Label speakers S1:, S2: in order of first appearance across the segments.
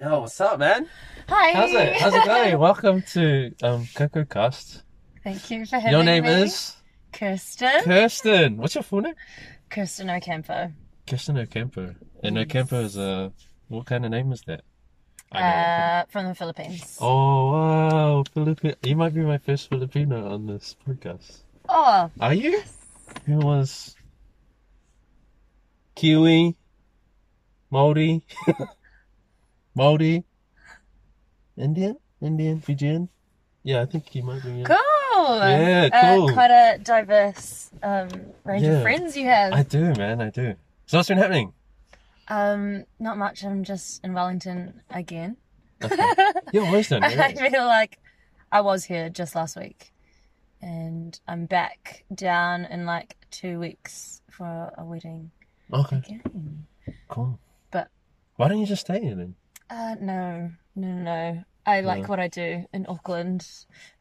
S1: Yo, what's up, man?
S2: Hi.
S1: How's it? How's it going? Welcome to um, Coco Cast.
S2: Thank you for having me.
S1: Your name is
S2: Kirsten.
S1: Kirsten. What's your full name?
S2: Kirsten Ocampo.
S1: Kirsten Ocampo. And Ocampo is a what kind of name is that? I
S2: Uh, from the Philippines.
S1: know. oh wow, Filipino. You might be my first Filipino on this podcast.
S2: Oh,
S1: Are you? Who was Kiwi, Maori, Maori, Indian, Indian, Fijian? Yeah, I think you might be. yeah.
S2: cool.
S1: Yeah, cool.
S2: Uh, quite a diverse um, range
S1: Yeah.
S2: of friends you have.
S1: I do, man. I do. So what's been happening?
S2: Um, not much. I'm just in Wellington again.
S1: Okay. You're always done.
S2: I
S1: Right?
S2: feel like I was here just last week, and I'm back down in like two weeks for a wedding
S1: Okay,
S2: again.
S1: cool.
S2: But-
S1: why don't you just stay here then?
S2: Uh, no, no, no, no. I like
S1: No.
S2: what I do in Auckland.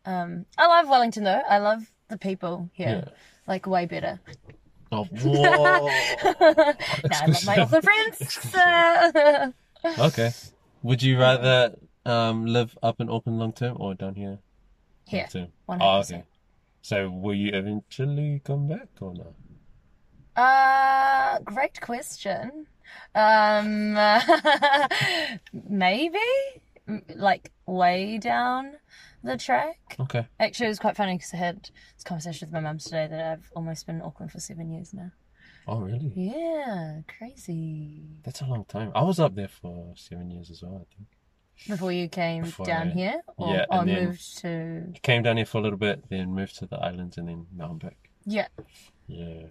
S2: Um, I love Wellington though. I love the people here, like way better.
S1: Oh, whoa.
S2: no, I love my
S1: Exclusive.
S2: Auckland friends. Uh,
S1: okay. Would you rather um, live up in Auckland long term or down here? Long
S2: here,
S1: term.
S2: one
S1: Oh, okay.
S2: hundred percent.
S1: So will you eventually come back or no?
S2: Uh, great question. Um, maybe M- like way down the track.
S1: Okay.
S2: Actually, it was quite funny because I had this conversation with my mum today that I've almost been in Auckland for seven years now.
S1: Oh, really?
S2: Yeah, crazy.
S1: That's a long time. I was up there for seven years as well, I think.
S2: Before you came
S1: Before
S2: down
S1: I-
S2: here, or,
S1: yeah,
S2: or
S1: and then-
S2: moved to
S1: Came down here for a little bit, then moved to the islands, and then now I'm back.
S2: yeah,
S1: Yeah.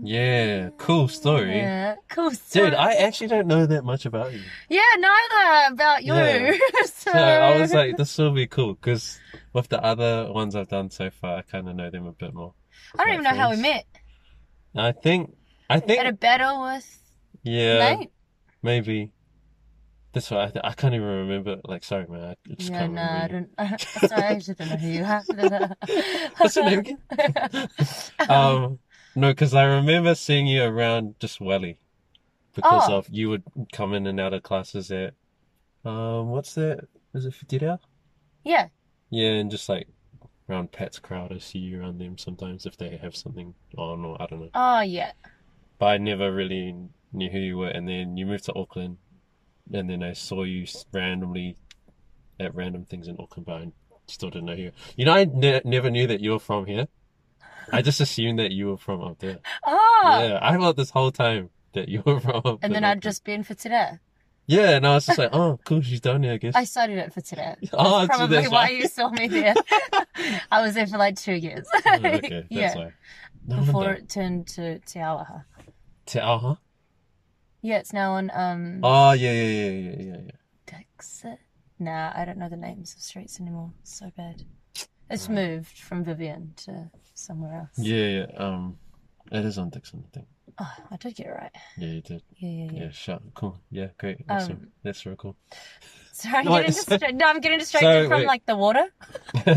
S1: Yeah. Cool story.
S2: yeah, cool.
S1: Dude,
S2: story.
S1: I actually don't know that much about you.
S2: yeah, neither about you.
S1: Yeah.
S2: so,
S1: So I was like, this will be cool because with the other ones I've done so far, I kind of know them a bit more.
S2: I don't even know how we met
S1: I think, I
S2: at a
S1: think,
S2: battle with
S1: yeah,
S2: Nate.
S1: maybe. That's why I, th- I can't even remember. Like, sorry, man, I just
S2: Yeah,
S1: can't
S2: no,
S1: remember.
S2: I
S1: you.
S2: don't. sorry, I actually don't know who you are.
S1: What's your name again?
S2: Um,
S1: Um, no, because I remember seeing you around just Welly, because
S2: Oh.
S1: of you would come in and out of classes at, um, what's that? Is it Fidira?
S2: yeah,
S1: Yeah, and just like around Pat's crowd, I see you around them sometimes if they have something on or I don't know.
S2: oh yeah,
S1: But I never really knew who you were, and then you moved to Auckland, and then I saw you s- randomly at random things in Auckland, but I still didn't know you. You know, I ne- never knew that you were from here. I just assumed that you were from up there.
S2: oh,
S1: Yeah, I thought this whole time that you were from.
S2: and then I'd just been for today.
S1: yeah, and I was just like, oh, cool, she's down here, I guess.
S2: I started it for today.
S1: oh, so
S2: probably
S1: that's
S2: why you saw me there. I was there for like two years.
S1: Oh, okay, that's
S2: yeah.
S1: why. No
S2: Before
S1: wonder.
S2: it turned to Te Awaha.
S1: Te uh-huh. aha.
S2: Yeah, it's now on um
S1: Oh yeah, yeah, yeah, yeah, yeah, yeah.
S2: Dixit. Nah, I don't know the names of streets anymore. So bad. It's
S1: Right.
S2: moved from Vivian to somewhere else.
S1: Yeah, yeah. Um, it is on Dixon, I think.
S2: Oh, I did get it right.
S1: Yeah, you did.
S2: Yeah, yeah, yeah.
S1: Yeah, sure. Cool. Yeah, great. Awesome.
S2: Um,
S1: That's real cool.
S2: Sorry, I'm
S1: No,
S2: getting
S1: it's-
S2: distracted. No, I'm getting distracted
S1: Sorry,
S2: from
S1: wait.
S2: like the water.
S1: We're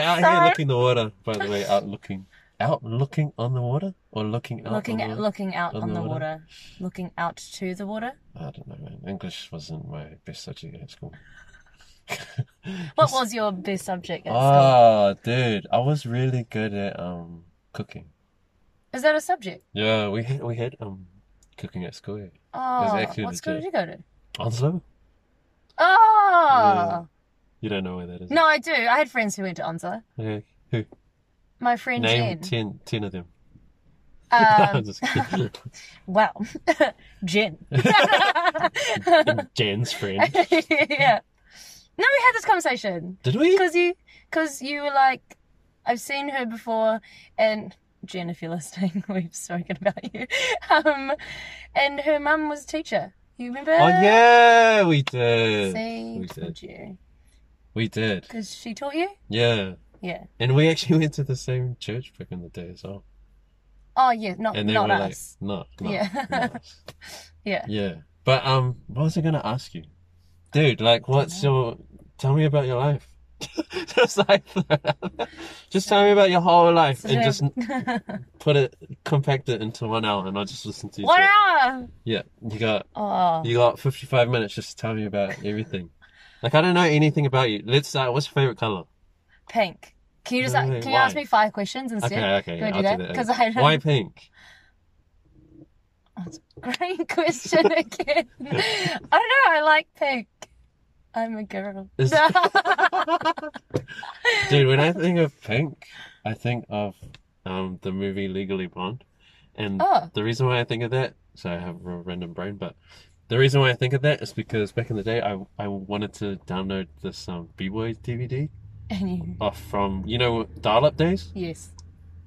S1: out here
S2: Sorry.
S1: looking the water. By the way, out looking, out looking on the water, or looking out
S2: looking
S1: on the
S2: at,
S1: water?
S2: looking out
S1: on
S2: on
S1: the
S2: the,
S1: water.
S2: water. looking out to the water.
S1: I don't know, man. English wasn't my best subject at school.
S2: What was your best subject at school?
S1: Oh, dude, I was really good at um cooking.
S2: Is that a subject?
S1: Yeah, we had we had um cooking at school. Yeah.
S2: Oh,
S1: actually
S2: what school
S1: legit.
S2: did you go to?
S1: Onslow?
S2: Oh,
S1: You don't know where that is.
S2: no, I do. I had friends who went to Onslow.
S1: Okay. Who?
S2: My friend
S1: Name
S2: Jen.
S1: 10, 10 of them. I'm
S2: Um,
S1: just kidding.
S2: wow, Jen.
S1: Jen's friend.
S2: yeah. No, we had this conversation
S1: Did we?
S2: because you because you were like, I've seen her before, and Jen, if you're listening, we've spoken about you. Um, and her mum was a teacher. You remember?
S1: Oh yeah, we did.
S2: See,
S1: We
S2: told you
S1: We did.
S2: because she taught you.
S1: Yeah.
S2: Yeah.
S1: And we actually went to the same church back in the day as well.
S2: Oh yeah, not
S1: And they
S2: not
S1: were
S2: us.
S1: like, no, no,
S2: Yeah.
S1: not us.
S2: Yeah.
S1: Yeah. But um, what was I gonna ask you, dude? Like, what's your? Tell me about your life. just like that. Just tell me about your whole life and just put it, compact it into one hour, and I'll just listen to you.
S2: One
S1: talk.
S2: hour.
S1: Yeah, you got
S2: Oh.
S1: you got fifty five minutes just to tell me about everything. like I don't know anything about you. Let's start. What's your favorite color?
S2: Pink. Can you just
S1: Really?
S2: can you ask
S1: Why?
S2: me five questions instead?
S1: Okay, okay,
S2: Can
S1: yeah,
S2: we
S1: I'll
S2: do
S1: do
S2: that?
S1: that.
S2: 'Cause I don't-
S1: Why pink?
S2: Great question again. I don't know. I like pink. I'm a girl.
S1: Is-
S2: Oh,
S1: Dude, when I think of pink, I think of um, the movie Legally Blonde, and
S2: Oh.
S1: the reason why I think of that, so I have a random brain, but the reason why I think of that is because back in the day, I I wanted to download this um, B Boys DVD
S2: and you.
S1: off from you know dial up days,
S2: Yes.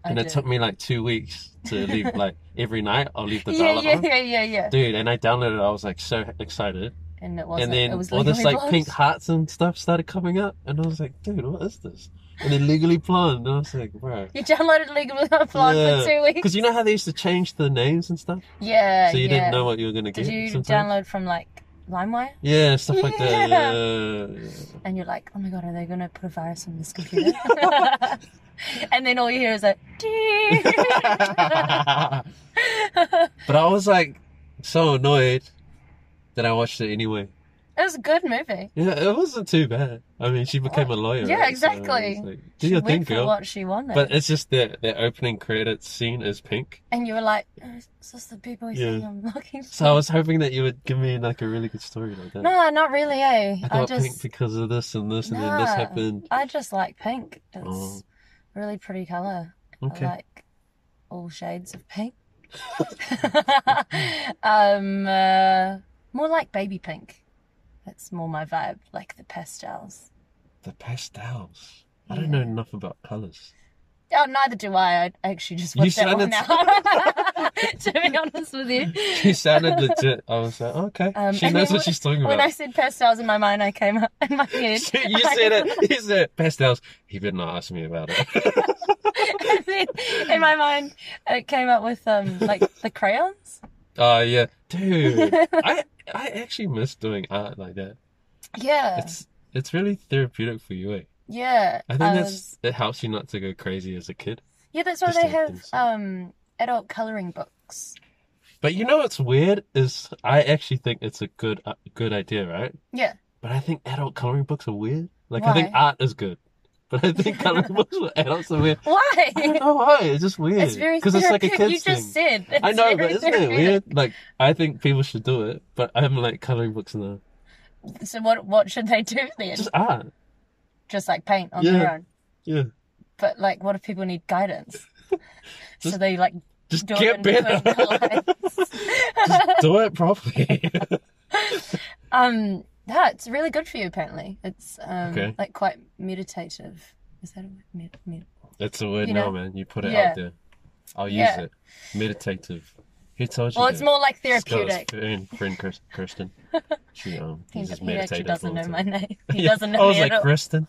S2: I
S1: and it
S2: do.
S1: took me like two weeks to leave. like every night, I'll leave the dial
S2: yeah,
S1: up.
S2: yeah, yeah, yeah, yeah.
S1: Dude, and I downloaded it. I was like so excited,
S2: And it wasn't.
S1: and then
S2: it was
S1: all this
S2: Legally
S1: like
S2: Blonde.
S1: pink hearts and stuff started coming up, and I was like, dude, what is this? And then Legally Blonde, and I was like, bro.
S2: You downloaded Legally Blonde
S1: Yeah,
S2: for two weeks.
S1: Because you know how they used to change the names and stuff?
S2: yeah.
S1: so you
S2: yeah.
S1: didn't know what you were going to get.
S2: Did you
S1: sometimes?
S2: download from like LimeWire?
S1: Yeah, stuff like that.
S2: Yeah.
S1: Yeah. yeah.
S2: And you're like, oh my god, are they gonna put a virus on this computer? and then all you hear is a. ding. it
S1: but I was like so annoyed that I watched it anyway.
S2: was a good movie.
S1: Yeah, it wasn't too bad. I mean, she became a lawyer.
S2: Yeah,
S1: right? So it's
S2: exactly.
S1: like, do
S2: She
S1: your
S2: went
S1: thing,
S2: for
S1: girl.
S2: what she wanted.
S1: But it's just that that opening credits scene is pink.
S2: and you were like, oh, is this the big boy thing
S1: Yeah.
S2: I'm looking for?
S1: So I was hoping that you would give me like a really good story like that.
S2: no, not really, eh?
S1: I
S2: I,
S1: got pink
S2: just,
S1: because of this and this and then this
S2: Nah.
S1: happened.
S2: I just like pink. It's
S1: Oh.
S2: a really pretty color.
S1: Okay.
S2: I like all shades of pink. um, uh, more like baby pink. That's more my vibe, like the pastels.
S1: The pastels. I don't know enough about colours.
S2: Oh, neither do I. I actually just
S1: You
S2: watched that one
S1: sounded-
S2: now. to be honest with you.
S1: She sounded legit. I was like, okay.
S2: Um,
S1: she
S2: and
S1: knows
S2: then
S1: what she's talking
S2: When I
S1: about.
S2: said pastels in my mind, I came up in my head.
S1: She- you said it. You said pastels. He better not ask me about it.
S2: and then in my mind, it came up with um like the crayons.
S1: Oh yeah, dude. I I actually miss doing art like that.
S2: Yeah,
S1: It's it's really therapeutic for you. Eh?
S2: yeah. Um,
S1: I think
S2: was-
S1: that's it helps you not to go crazy as a kid.
S2: yeah. That's why
S1: just
S2: they
S1: don't
S2: have
S1: think so.
S2: um adult coloring books.
S1: But you know what's weird is I actually think it's a good uh, good idea, right?
S2: Yeah.
S1: But I think adult coloring books are weird. Like I think
S2: Why?
S1: art is good, but I think coloring books for adults are weird.
S2: Why?
S1: I don't know why. It's just weird.
S2: It's very
S1: because it's like a
S2: therapeutic.
S1: kid's
S2: You
S1: thing.
S2: just said.
S1: I
S2: it's
S1: know, but
S2: very
S1: isn't it
S2: therapeutic.
S1: weird? Like I think people should do it, but I'm like coloring books now.
S2: So what? What should they do then?
S1: Just art.
S2: Just, like paint on
S1: Yeah.
S2: their own.
S1: Yeah.
S2: But like, what if people need guidance? so
S1: Just-
S2: they like
S1: Just
S2: do
S1: get
S2: it in
S1: better.
S2: between lines.
S1: Just do it properly.
S2: Um, yeah, it's really good for you. Apparently, it's um
S1: Okay.
S2: like quite meditative. Is that a word? Med- med-
S1: That's a word
S2: You
S1: now,
S2: know?
S1: man. You put it
S2: Yeah.
S1: out there. I'll use
S2: Yeah.
S1: it. Meditative. Who told you?
S2: well, it's
S1: that?
S2: more like
S1: Scott's
S2: therapeutic.
S1: Friend, friend Chris- Kristen. She um,
S2: He,
S1: uses
S2: he actually
S1: meditative. all the
S2: doesn't know
S1: time.
S2: my name. He
S1: Yeah,
S2: doesn't know
S1: I was
S2: me
S1: like
S2: at all.
S1: Kristen.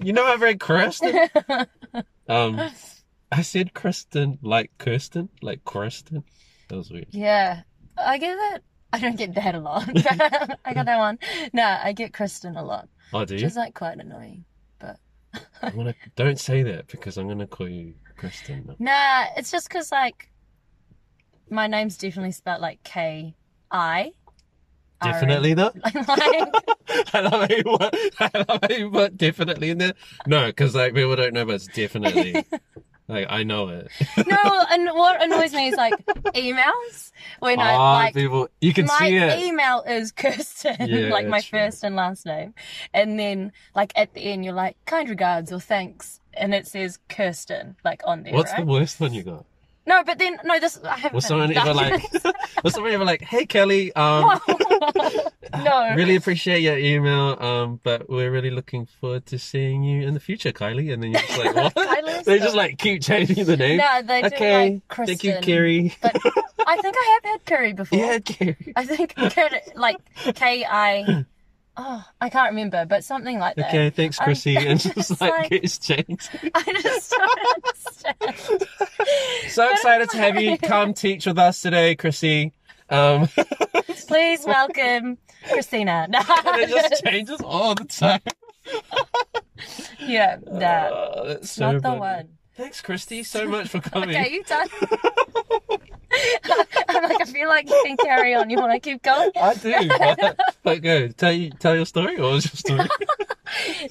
S1: you know, I've read Kristen. um, I said Kristen like Kirsten, like Kristen. That was weird.
S2: Yeah, I get that. I don't get that a lot. but I got that one. No, I get Kristen a lot,
S1: Oh, do
S2: which
S1: you?
S2: is like quite annoying. But
S1: I'm gonna don't say that because I'm gonna call you Kristen. now.
S2: nah, it's just because like my name's definitely spelled like K I. R N.
S1: Definitely though.
S2: like,
S1: I love how you put, I love how you put definitely in there. No, because like people don't know, but it's definitely. like I know it.
S2: No, and what annoys me is like emails when I
S1: Ah,
S2: like
S1: people, you can
S2: my
S1: see it.
S2: email is Kirsten,
S1: Yeah,
S2: like my
S1: that's right.
S2: first and last name, and then like at the end you're like kind regards or thanks, and it says Kirsten like on there,
S1: What's
S2: right?
S1: the worst one you got?
S2: no, but then no, this I haven't.
S1: Was someone
S2: finished.
S1: ever like? was someone ever like, "Hey Kelly, um,
S2: no,
S1: really appreciate your email, um, but we're really looking forward to seeing you in the future, Kylie." And then you're just like, "What?"
S2: Kylie,
S1: they
S2: so-
S1: just like keep changing the name.
S2: No, they do
S1: okay,
S2: like Kristen.
S1: thank you, Kerry.
S2: But I think I have had Kerry before.
S1: yeah, Kerry.
S2: I think Kerry, like K I. Oh, I can't remember, but something like that.
S1: Okay, thanks,
S2: I'm-
S1: Chrissy. and just
S2: it's
S1: like,
S2: like-
S1: gets changed.
S2: I just don't understand.
S1: So excited to have you come teach with us today, Chrissy. Um,
S2: Please welcome Christina.
S1: And it just changes all the time.
S2: yeah, that.
S1: Oh, that's so
S2: Not the
S1: funny.
S2: one.
S1: Thanks, Christy, so much for coming.
S2: Okay, you done. I'm like, I feel like you can carry on. You want to keep going?
S1: I do. But, but go tell you tell your story or is your story?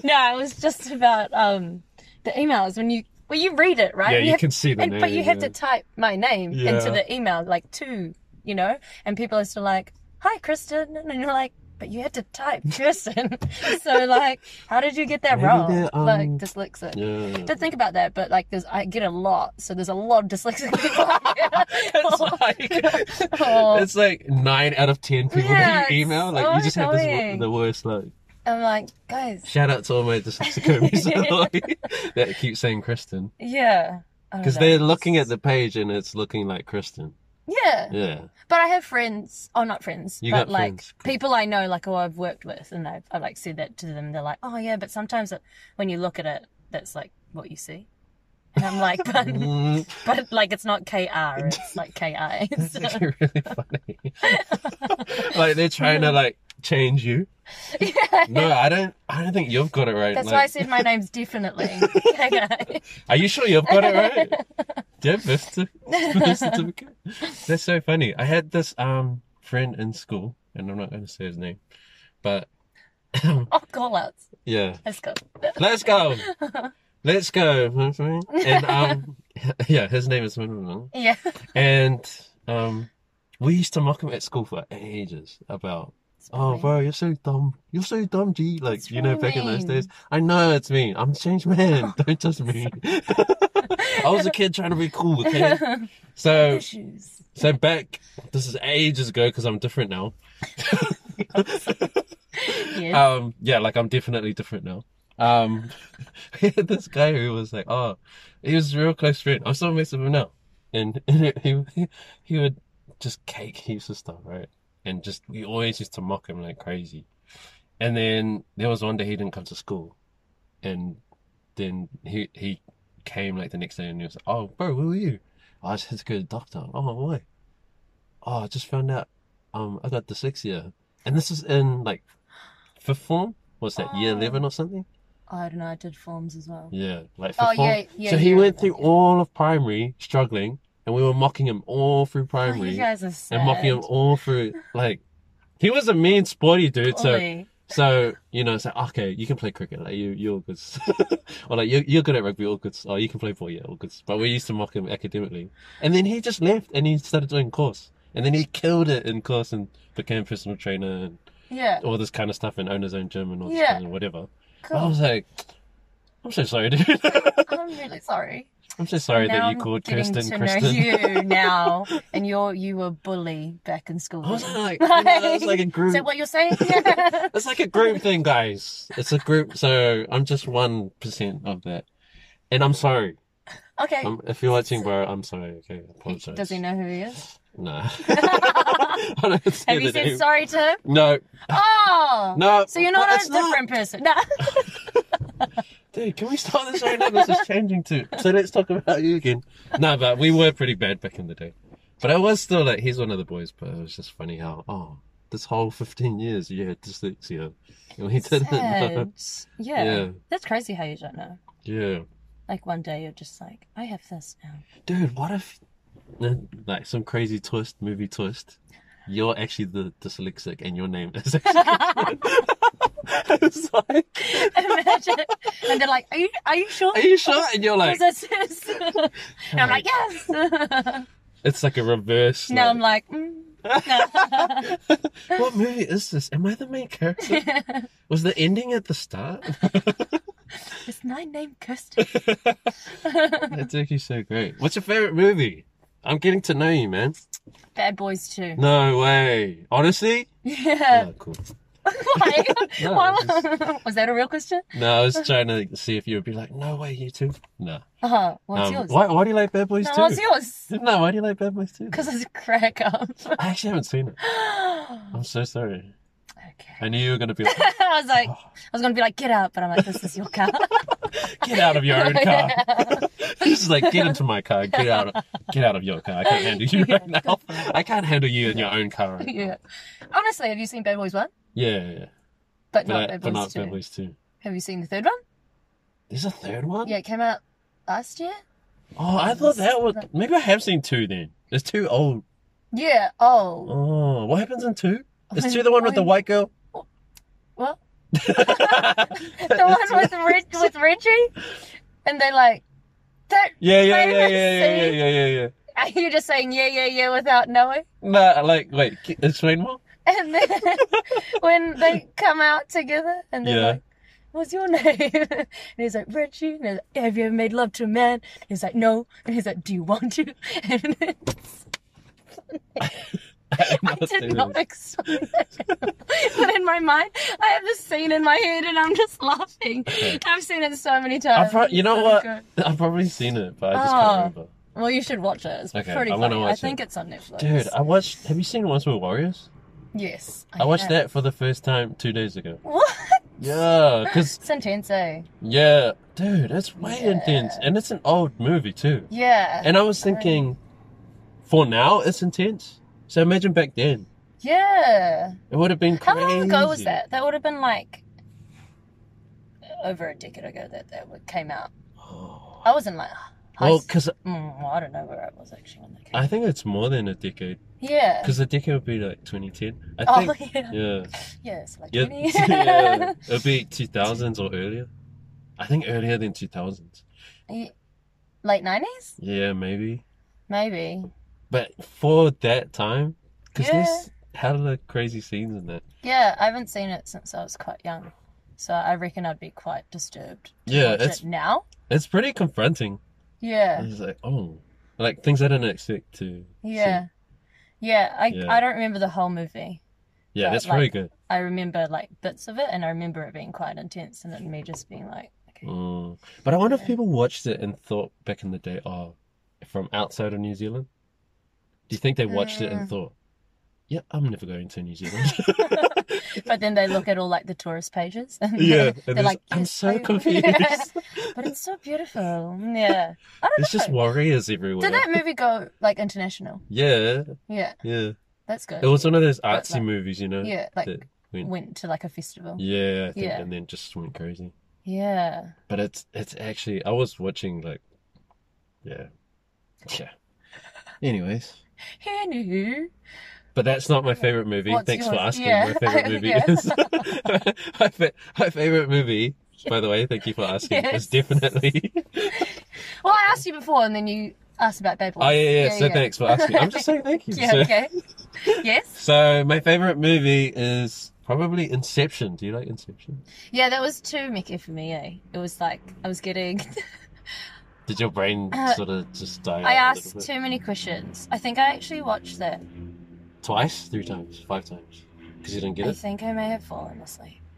S2: No, it was just about um the emails when you well you read it right.
S1: yeah, you
S2: have,
S1: can see the
S2: and,
S1: name.
S2: but you have
S1: yeah.
S2: to type my name
S1: Yeah.
S2: into the email like two, you know, and people are still like, "Hi, Kristen," and you're like, "But you had to type Kristen." so like, how did you get that
S1: Maybe
S2: wrong?
S1: they're, um,
S2: Like dyslexic.
S1: Yeah.
S2: Did think about that, but like, there's I get a lot, so there's a lot of dyslexic people. out there.
S1: it's like
S2: Oh.
S1: it's like nine out of ten people
S2: Yeah,
S1: that you email.
S2: it's
S1: Like
S2: so
S1: you just have this, wo-
S2: annoying.
S1: the worst. Like
S2: I'm like, guys,
S1: shout out to all my dyslexic homies like, that keep saying Kristen
S2: yeah, I don't
S1: because
S2: know.
S1: they're looking at the page and it's looking like Kristen.
S2: yeah.
S1: Yeah,
S2: But I have friends, oh, not friends,
S1: You
S2: but
S1: got
S2: like
S1: friends, cool.
S2: people I know, like who I've worked with, and I've, I've like said that to them. They're like, oh yeah, but sometimes it, when you look at it, that's like what you see. And I'm like, but,
S1: Mm,
S2: but like it's not KR, it's like KI.
S1: that's
S2: So,
S1: actually really funny. like they're trying to like change you.
S2: yeah.
S1: No, I don't. I don't think you've got it right.
S2: That's
S1: like,
S2: why I said my name's definitely KI.
S1: Are you sure you've got it right? Do you have birth cer- birth certificate? That's so funny. I had this um friend in school, and I'm not going to say his name, but
S2: oh, call outs.
S1: yeah,
S2: Let's go.
S1: let's go, let's go, and um, yeah, his name is
S2: Yeah.
S1: and um, we used to mock him at school for ages about. Oh, bro, you're so dumb. You're so dumb, G. Like,
S2: It's
S1: you know,
S2: really
S1: back in those
S2: mean.
S1: days. I know it's mean. I'm a changed man. Don't judge me. I was a kid trying to be cool, okay? So,
S2: Issues.
S1: So back, this is ages ago because I'm different now.
S2: Yes.
S1: Um, yeah, like I'm definitely different now. Um, we had this guy who was like, oh, he was a real close friend. I'm still mates with him now, and he he, he would just cake heaps of stuff, right? And just we always used to mock him like crazy. And then there was one day he didn't come to school, and then he he came like the next day and he was like, oh, bro, where were you? I just had to go to the doctor. Oh, why? Oh, I just found out um I got dyslexia, and this is in like fifth form. What's that? Year
S2: Oh.
S1: eleven or something?
S2: I don't know, I did forms as well.
S1: Yeah, like fifth
S2: Oh,
S1: form.
S2: yeah, yeah.
S1: so he
S2: you're
S1: went
S2: right.
S1: through all of primary struggling, and we were mocking him all through
S2: Oh,
S1: primary
S2: you guys are sad.
S1: and mocking him all through like. He was a mean, sporty dude. So,
S2: Golly.
S1: so you know, it's like okay, you can play cricket. Like you, you're good. or like you're, you're good at rugby. All good. Oh, you can play ball. Yeah, all good. But we used to mock him academically, and then he just left and he started doing course, and then he killed it in course and became personal trainer and
S2: Yeah.
S1: all this kind of stuff and owned his own gym and all this
S2: Yeah.
S1: kind of whatever.
S2: Cool.
S1: I was like, I'm so sorry, dude.
S2: I'm really sorry.
S1: I'm so sorry
S2: Now
S1: that you
S2: I'm
S1: called
S2: getting
S1: Kristen
S2: to
S1: Kristen.
S2: know you now, and you're you were bully back in school.
S1: I was like, you know, that was like a
S2: Is
S1: group.
S2: that what you're saying?
S1: It's like a group thing, guys. It's a group, so I'm just one percent of that, and I'm sorry.
S2: okay.
S1: Um if you're watching, bro, I'm sorry. Okay, I apologize.
S2: Does he know who he is?
S1: No. I don't say
S2: Have you
S1: the
S2: said
S1: name.
S2: sorry to him?
S1: No,
S2: Oh,
S1: no.
S2: So you're not
S1: But
S2: a
S1: it's
S2: different person. No.
S1: Dude, can we start this right now? This is changing too. So let's talk about you again. No, but we were pretty bad back in the day. But I was still like, he's one of the boys, but it was just funny how, oh, this whole 15 years you had dyslexia. And we didn't know.
S2: Sad. Yeah.
S1: Yeah.
S2: That's crazy how you don't know.
S1: Yeah.
S2: Like one day you're just like, I have this now.
S1: Dude, what if, like, some crazy twist, movie twist, you're actually the dyslexic and your name is actually. it's like,
S2: Imagine. And they're like, Are you are you sure?
S1: are you sure? And you're like,
S2: Because it's- it's- and I'm like, yes.
S1: it's like a reverse.
S2: now I'm
S1: like-
S2: like, mm, no.
S1: what movie is this? Am I the main character? Was the ending at the start?
S2: it's my name, Kirsten.
S1: That's actually so great. What's your favorite movie? I'm getting to know you, man.
S2: Bad Boys too.
S1: No way. Honestly?
S2: Yeah.
S1: No, cool.
S2: Why?
S1: No,
S2: Why-
S1: it's
S2: Was that a real question?
S1: No, I was trying to see if you would be like, no way, you too. No.
S2: Oh, what's
S1: Um,
S2: yours?
S1: why, why do you like Bad Boys
S2: no,
S1: too?
S2: what's yours?
S1: No, why do you like Bad Boys too?
S2: Because it's a crack up.
S1: I actually haven't seen it. I'm so sorry.
S2: okay.
S1: I knew you were going to be like,
S2: I was like,
S1: Oh.
S2: I was gonna be like, get out, but I'm like, this is your car.
S1: get out of your own car.
S2: Yeah.
S1: He's like, get into my car. Get out. Of, get out of your car. I can't handle you
S2: Yeah,
S1: right now. I can't handle you in your own car. Right now.
S2: yeah. Honestly, have you seen Bad Boys One?
S1: Yeah, yeah.
S2: but,
S1: But,
S2: not
S1: I,
S2: Bad
S1: but
S2: Boys
S1: not
S2: 2.
S1: Bad Boys 2.
S2: Have you seen the third one?
S1: There's a third one?
S2: Yeah, it came out last year.
S1: Oh, I thought that was. Maybe I have seen two then. It's two old.
S2: Yeah. Oh.
S1: Oh, what happens in two? Is
S2: I'm-
S1: two the one with the
S2: I'm-
S1: white girl?
S2: What?
S1: the
S2: The one with Reg- with Reggie, and they like that.
S1: Yeah, yeah, yeah, yeah, yeah, yeah,
S2: Fantasy.
S1: yeah, yeah, yeah.
S2: Are you just saying yeah, yeah, yeah without knowing?
S1: Nah, like, wait, c- explain more?
S2: And then when they come out together, and they're
S1: Yeah.
S2: like, "What's your name?" and he's like, "Reggie." And they're like, "Have you ever made love to a man?" And he's like, "No." And he's like, "Do you want to?" And then
S1: I,
S2: I did not explain that. but in my mind, I have this scene in my head, and I'm just laughing.
S1: Okay.
S2: I've seen it so many
S1: I
S2: times.
S1: pro- you know
S2: So
S1: what?
S2: good.
S1: I've probably seen it, but I just
S2: Oh.
S1: can't remember.
S2: Well, you should watch it. It's
S1: Okay,
S2: pretty
S1: I'm gonna
S2: funny. I
S1: watch
S2: think it's on Netflix.
S1: Dude, I watched. Have you seen Once Were Warriors?
S2: yes,
S1: I watched
S2: have.
S1: that for the first time two days ago.
S2: What?
S1: Yeah, because
S2: It's intense, eh?
S1: yeah, dude, that's way
S2: Yeah.
S1: intense, and it's an old movie too.
S2: Yeah.
S1: And I was
S2: I know.
S1: thinking, for now, it's intense. So imagine back then,
S2: yeah.
S1: it would have been
S2: How
S1: crazy.
S2: long ago was that? That would have been like over a decade ago that that w- came out.
S1: Oh.
S2: I was in like, high
S1: Well,
S2: s-
S1: because
S2: mm, well, I don't know where I was actually when that came.
S1: I think it's more than a decade.
S2: yeah.
S1: Because a decade would be like 2010. I
S2: Oh
S1: think.
S2: yeah.
S1: Yeah.
S2: Yeah, it's like
S1: Yeah.
S2: twenty.
S1: yeah. It'd be 2000s or earlier. I think earlier than 2000s.
S2: Ye- Late nineties,
S1: Yeah, maybe.
S2: maybe.
S1: But for that time, because
S2: Yeah.
S1: there's hella crazy scenes in that.
S2: Yeah, I haven't seen it since I was quite young, so I reckon I'd be quite disturbed. to
S1: Yeah,
S2: watch
S1: it's-
S2: it now.
S1: It's pretty confronting.
S2: Yeah,
S1: It's like, oh, like things I didn't expect to. see.
S2: yeah, yeah. I
S1: Yeah.
S2: I don't remember the whole movie.
S1: Yeah,
S2: But,
S1: that's
S2: like-
S1: pretty good.
S2: I remember like bits of it, and I remember it being quite intense, and then me just being like, okay,
S1: Mm. But I wonder if
S2: Yeah.
S1: people watched it and thought back in the day, oh, from outside of New Zealand? Do you think they watched it and
S2: Mm.
S1: thought, yeah, I'm never going to New Zealand?
S2: But then they look at all like the tourist pages, and
S1: Yeah,
S2: they're,
S1: and
S2: they're
S1: it's-
S2: like,
S1: I'm
S2: "Yes,
S1: so
S2: I-
S1: confused.
S2: but it's so beautiful. Yeah, I don't
S1: It's just
S2: know.
S1: warriors everywhere.
S2: Did that movie go like international?
S1: Yeah,
S2: Yeah,
S1: yeah.
S2: that's good.
S1: It was uh, one of those artsy
S2: like-
S1: movies, you know?
S2: yeah, like
S1: that went-
S2: went to like a festival.
S1: Yeah, I think,
S2: Yeah.
S1: and then just went crazy.
S2: Yeah,
S1: But it's it's actually I was watching like, yeah, yeah. Anyways,
S2: he knew.
S1: but that's not my favorite movie.
S2: What's
S1: Thanks for
S2: yours?
S1: asking.
S2: Yeah.
S1: My favorite movie
S2: Yeah.
S1: is my, fa- my favorite movie. By the way, thank you for asking.
S2: Yes.
S1: Is definitely.
S2: Well, I asked you before, and then you asked about Bad Boys.
S1: Oh yeah, yeah. so thanks for asking. I'm just saying thank you.
S2: yeah.
S1: So-
S2: Okay. yes.
S1: so my favorite movie is probably Inception. Do you like Inception?
S2: Yeah, that was too Mickey for me. Eh? It was like I was getting.
S1: Did your brain
S2: Uh,
S1: sort of just die?
S2: I
S1: out a little
S2: asked
S1: bit?
S2: too many questions. I think I actually watched that.
S1: twice, three times, five times, because you didn't get
S2: I
S1: it.
S2: think I may have fallen asleep.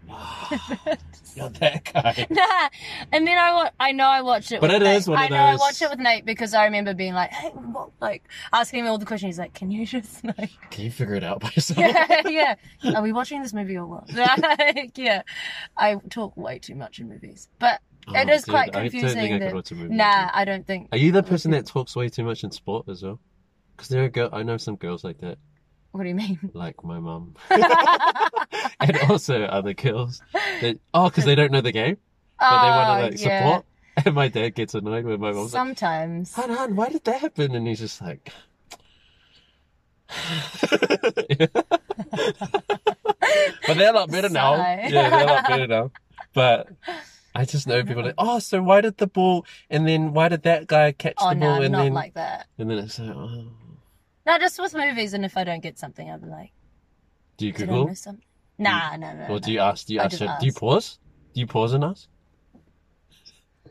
S1: You're that guy.
S2: nah. And then I wa- I know I watched it.
S1: But
S2: with
S1: it
S2: Nate.
S1: is one of
S2: I know I
S1: those-
S2: watched it with Nate because I remember being like, hey, what? Like asking me all the questions. He's like, can you just like,
S1: Can you figure it out by yourself?
S2: yeah, yeah. Are we watching this movie or what? Like, yeah. I talk way too much in movies, but
S1: Oh,
S2: It is quite
S1: I don't think I
S2: confusing
S1: could
S2: that-
S1: watch a movie.
S2: nah, I don't think.
S1: Are you the person that talks way too much in sport as well? Because there are girl, I know some girls like that,
S2: What do you mean?
S1: like my mum, and also other girls. That, oh, because they don't know the game, but they want to like
S2: Oh, yeah.
S1: support. And my dad gets annoyed when my mum's like,
S2: Sometimes.
S1: "Han, Han, why did that happen?" And he's just like. but they're a lot better now.
S2: Sigh.
S1: Yeah, they're a lot better now. But I just know people are like, oh, so why did the ball, and then why did that guy catch
S2: Oh
S1: the ball,
S2: no,
S1: and
S2: not
S1: then
S2: like that.
S1: and then it's like, oh.
S2: No, just with movies. And if I don't get something, I'll be like,
S1: do you
S2: did I
S1: Google
S2: miss something? Nah, no, no.
S1: or
S2: no.
S1: do you ask? Do you
S2: I
S1: ask?
S2: just
S1: her- Do you
S2: ask.
S1: pause? Do you pause and ask?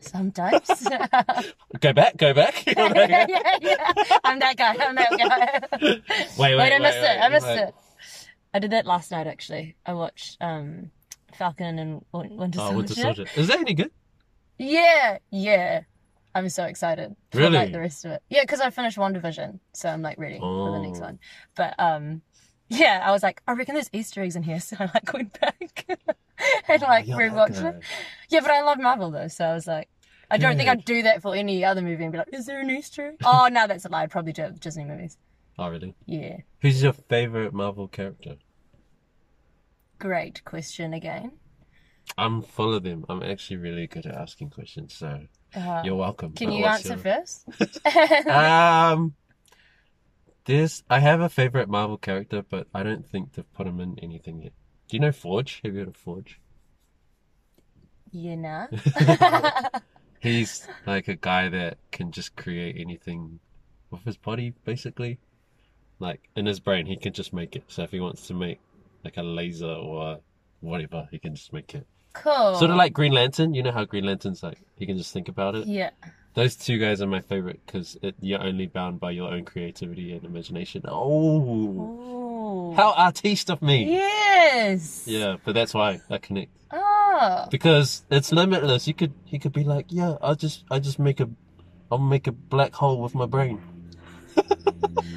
S2: Sometimes.
S1: Go back, go back. You're that guy.
S2: yeah, yeah, yeah. I'm that guy. I'm that guy.
S1: wait, wait,
S2: Wait, I
S1: wait,
S2: missed
S1: wait,
S2: it. I missed
S1: wait.
S2: it. I did that last night actually. I watched um Falcon and Win- Winter
S1: Oh,
S2: Soldier.
S1: Winter Soldier. Is that any good?
S2: Yeah, yeah. I'm so excited for
S1: Really?
S2: like the rest of it. Yeah, because I finished One Division, so I'm like ready for the next
S1: Oh.
S2: one. But um, yeah, I was like, I reckon there's Easter eggs in here, so I like went back
S1: Oh,
S2: and like
S1: You're that
S2: rewatched
S1: guy.
S2: it. Yeah, but I love Marvel though, so I was like, I don't think
S1: Good.
S2: I'd do that for any other movie and be like, is there an Easter egg? oh no, that's a lie. I'd probably do it with Disney movies.
S1: Oh, really?
S2: Yeah.
S1: Who's your favorite Marvel character?
S2: great question again.
S1: I'm full of them. I'm actually really good at asking questions, so
S2: Uh,
S1: you're welcome.
S2: can
S1: But
S2: you
S1: what's
S2: answer
S1: your-
S2: first?
S1: Um, this I have a favorite Marvel character, but I don't think they've put him in anything yet. Do you know Forge? Have you heard of Forge?
S2: yeah, nah.
S1: He's like a guy that can just create anything with his body, basically. Like in his brain, he can just make it. So if he wants to make like a laser or whatever, he can just make it.
S2: cool.
S1: Sort of like Green Lantern. You know how Green Lantern's like he can just think about it.
S2: Yeah.
S1: Those two guys are my favorite because you're only bound by your own creativity and imagination. Oh,
S2: Ooh.
S1: how artiste of me!
S2: Yes.
S1: Yeah, but that's why I connect
S2: Oh.
S1: because it's limitless. You could he could be like, yeah, I'll just I just make a I'll make a black hole with my brain.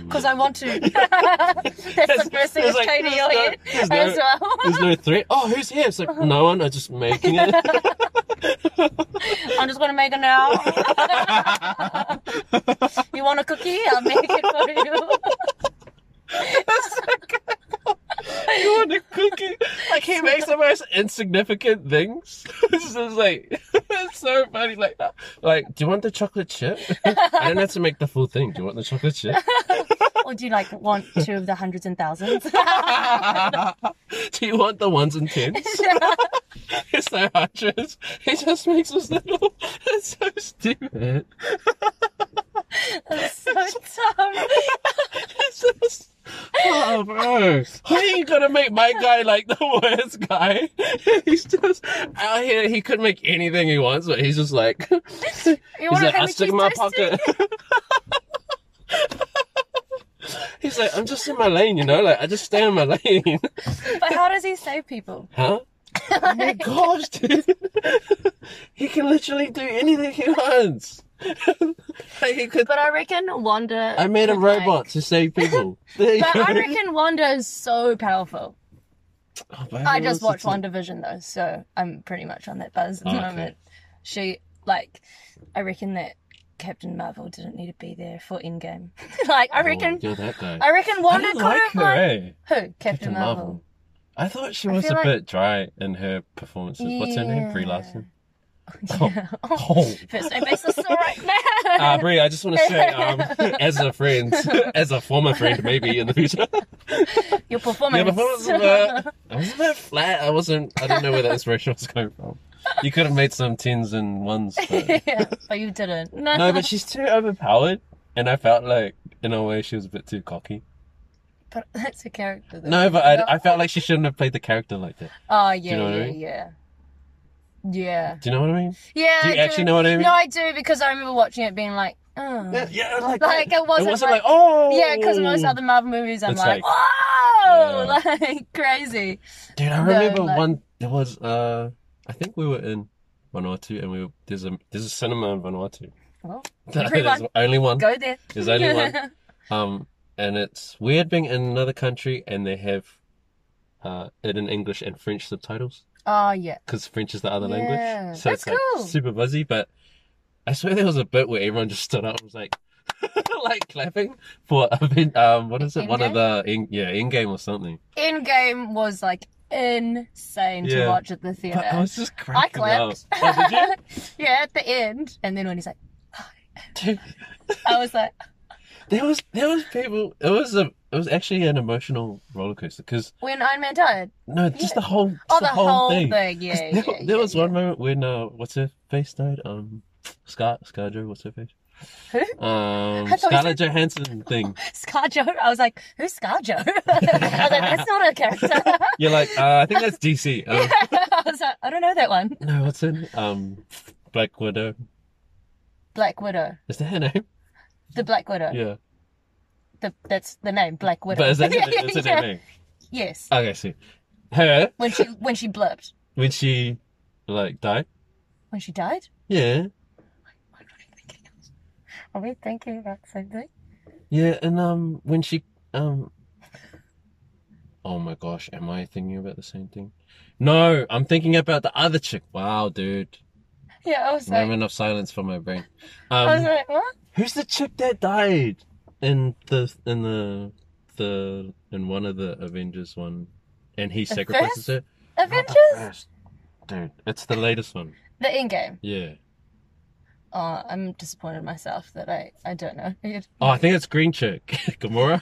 S2: Because I want to. That's the first thing
S1: There's
S2: that's
S1: like-
S2: came to
S1: there's
S2: your
S1: no-
S2: head
S1: there's no-
S2: as well.
S1: There's no threat. Oh, who's here? It's like no one. I'm just making it.
S2: I'm just gonna make it now. you want a cookie? I'll make it for you.
S1: you want a cookie? Like he makes the most insignificant things. it's just like it's so funny. Like uh, like, do you want the chocolate chip? I don't have to make the full thing. Do you want the chocolate chip?
S2: Or do you like want two of the hundreds and thousands?
S1: do you want the ones and tens? It's so hundreds. He just makes us little. It's so stupid.
S2: That's so dumb.
S1: It's just- Oh, bro. How you gonna make my guy like the worst guy? He's just out here. He could make anything he wants, but he's just like,
S2: You
S1: he's
S2: want
S1: like,
S2: to
S1: I
S2: have
S1: stick in my pocket. he's like, I'm just in my lane, you know. Like, I just stay in my lane.
S2: But how does he save people?
S1: Huh? Oh my gosh, dude. he can literally do anything he wants. like he could.
S2: But I reckon Wanda.
S1: I made a
S2: could, like-
S1: robot to save people. There you
S2: But
S1: go.
S2: I reckon Wanda is so powerful.
S1: Oh, but
S2: I
S1: who
S2: just
S1: wants
S2: watched
S1: to do-
S2: WandaVision though, so I'm pretty much on that buzz at the
S1: Oh, Okay.
S2: moment. She like I reckon that Captain Marvel didn't need to be there for Endgame. like I
S1: Oh,
S2: reckon
S1: you're that guy.
S2: I reckon Wanda
S1: I
S2: could
S1: don't like
S2: have
S1: her,
S2: like
S1: eh?
S2: who? Captain,
S1: Captain
S2: Marvel.
S1: Marvel. I thought she
S2: I
S1: was a
S2: feel like-
S1: bit dry in her performances. What's her name? Brie
S2: Yeah.
S1: Larson.
S2: Yeah.
S1: Oh.
S2: First name basis all right now.
S1: Uh, Brie, I just want to say, um, as a friend, as a former friend, maybe in the future,
S2: Your
S1: Yeah,
S2: performance.
S1: but I was a bit, I was a bit flat. I wasn't. I don't know where that inspiration was coming from. You could have made some tens and ones. But...
S2: Yeah, but you didn't.
S1: No, but she's too overpowered, and I felt like, in a way, she was a bit too cocky.
S2: But that's a character. though.
S1: No, but I, I felt like she shouldn't have played the character like that.
S2: Oh
S1: you know
S2: yeah,
S1: what I
S2: yeah,
S1: mean?
S2: yeah, yeah,
S1: Do you know what I mean?
S2: yeah.
S1: Do you
S2: I
S1: actually know what I mean?
S2: No, I do because I remember watching it being like, oh.
S1: Yeah, yeah, like,
S2: Like,
S1: that.
S2: it wasn't
S1: like,
S2: like-
S1: oh,
S2: Yeah, because most other Marvel movies, I'm
S1: It's
S2: like,
S1: like-
S2: whoa, like crazy.
S1: Dude, I
S2: No,
S1: remember
S2: like-
S1: one. There was uh, I think we were in Vanuatu, and we were there's a there's a cinema in Vanuatu.
S2: Well,
S1: there's
S2: everyone.
S1: only one.
S2: Oh. Go there.
S1: There's only one. Um, and it's weird being in another country and they have uh it in English and French subtitles
S2: oh yeah.
S1: because French is the other
S2: Yeah,
S1: language. So
S2: that's
S1: it's like
S2: cool.
S1: super busy, but I swear there was a bit where everyone just stood up and was like. like clapping for I mean, um what is it one of the in, yeah in game or something
S2: Endgame was like insane
S1: Yeah.
S2: to watch at the theater.
S1: But I was just
S2: I
S1: cracking up.
S2: clapped.
S1: Oh, did you?
S2: yeah, at the end, and then when he's like,
S1: Dude,
S2: I was like,
S1: there was there was people. It was a it was actually an emotional roller coaster because
S2: when Iron Man died.
S1: no, just
S2: Yeah.
S1: the whole just
S2: Oh, the, whole, thing.
S1: thing.
S2: Yeah,
S1: 'Cause
S2: yeah.
S1: there
S2: yeah,
S1: there was
S2: yeah.
S1: one moment when uh, what's her face died? Um, Scar ScarJo, what's her face?
S2: Who?
S1: Um,
S2: I thought you
S1: Scarlett Johansson thing.
S2: ScarJo. I was like, who's ScarJo? I was like, that's not a character.
S1: You're like, uh, I think that's DC. Um,
S2: I was like, I don't know that one.
S1: no, what's her name? Um, Black Widow.
S2: Black Widow.
S1: Is that her name?
S2: The Black Widow.
S1: Yeah,
S2: The, that's the name, Black Widow.
S1: but is that
S2: Yeah,
S1: her, is that
S2: yeah.
S1: her name?
S2: Yes.
S1: Okay, see, her
S2: When she when she blipped.
S1: when she like died.
S2: When she died?
S1: Yeah,
S2: What am I thinking of? Are we thinking about something?
S1: Yeah, and um, when she um, oh my gosh, am I thinking about the same thing? No, I'm thinking about the other chick. Wow, dude,
S2: Yeah, I was like,
S1: moment of silence for my brain.
S2: I was
S1: Um,
S2: like, what?
S1: who's the chick that died in the in the the in one of the Avengers one? and he sacrifices
S2: first
S1: her. Not the
S2: Avengers?
S1: first. Dude, it's the latest one.
S2: The Endgame.
S1: Yeah.
S2: Oh, I'm disappointed myself that I, I don't know.
S1: Oh, I think it's Green Chick. Gamora.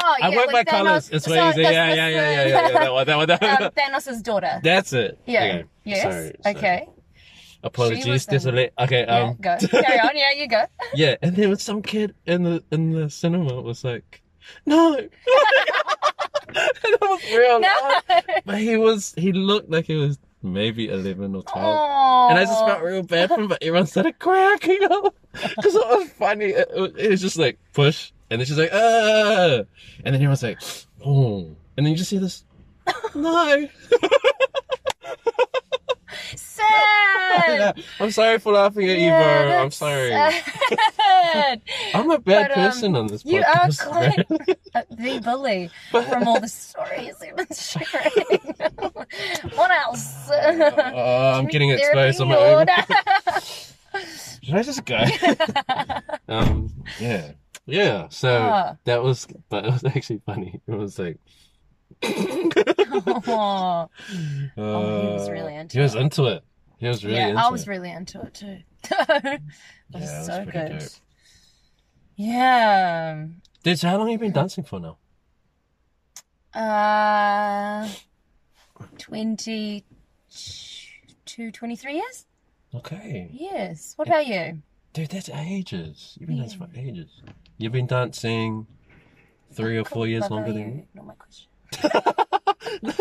S2: Oh, yeah,
S1: I work
S2: with
S1: by
S2: Thanos.
S1: colours. It's way
S2: Sorry,
S1: easier.
S2: that's-
S1: Yeah,
S2: that's
S1: yeah, yeah, yeah,
S2: the-
S1: yeah, yeah. That one, that one, that one.
S2: um, Thanos' daughter.
S1: That's it.
S2: Yeah.
S1: Okay.
S2: Yes.
S1: Sorry, sorry.
S2: okay. She
S1: Apologies,
S2: was the-
S1: desolate. Okay, um,
S2: yeah, go. Carry on. Yeah, you go.
S1: yeah, and there was some kid in the in the cinema was like, "No," and I was real loud.
S2: No.
S1: But he was he looked like he was maybe eleven or twelve,
S2: Oh.
S1: and I just felt real bad for him. But everyone started cracking up because it was funny. It, was- it was just like push, and then she's like, "Ah," and then everyone's like, "Oh," and then you just hear this, "No."
S2: sad.
S1: I'm sorry for laughing at
S2: Yeah,
S1: you, bro. I'm
S2: that's
S1: sorry.
S2: sad.
S1: I'm a bad
S2: But, um,
S1: person on this podcast.
S2: you are
S1: man.
S2: quite uh, the bully from all the stories you've been sharing. what else?
S1: Uh, I'm getting exposed on my own. Should I just go?
S2: own.
S1: um, yeah, yeah. So
S2: Ah.
S1: that was, but it was actually funny. It was like,
S2: oh, he was
S1: uh,
S2: really into
S1: He was
S2: it.
S1: into it. He was really
S2: yeah,
S1: into
S2: I was
S1: it.
S2: really into it too. it
S1: Yeah,
S2: was
S1: it was
S2: so
S1: pretty
S2: good.
S1: dope.
S2: Yeah.
S1: Dude, so how long have you been dancing for now?
S2: Uh, 22, 23 years?
S1: Okay,
S2: Yes. What about you?
S1: dude, that's ages. You've been dancing
S2: Yeah.
S1: for ages. You've been dancing three or four years
S2: What about
S1: longer
S2: you?
S1: than me.
S2: Not my question.
S1: no,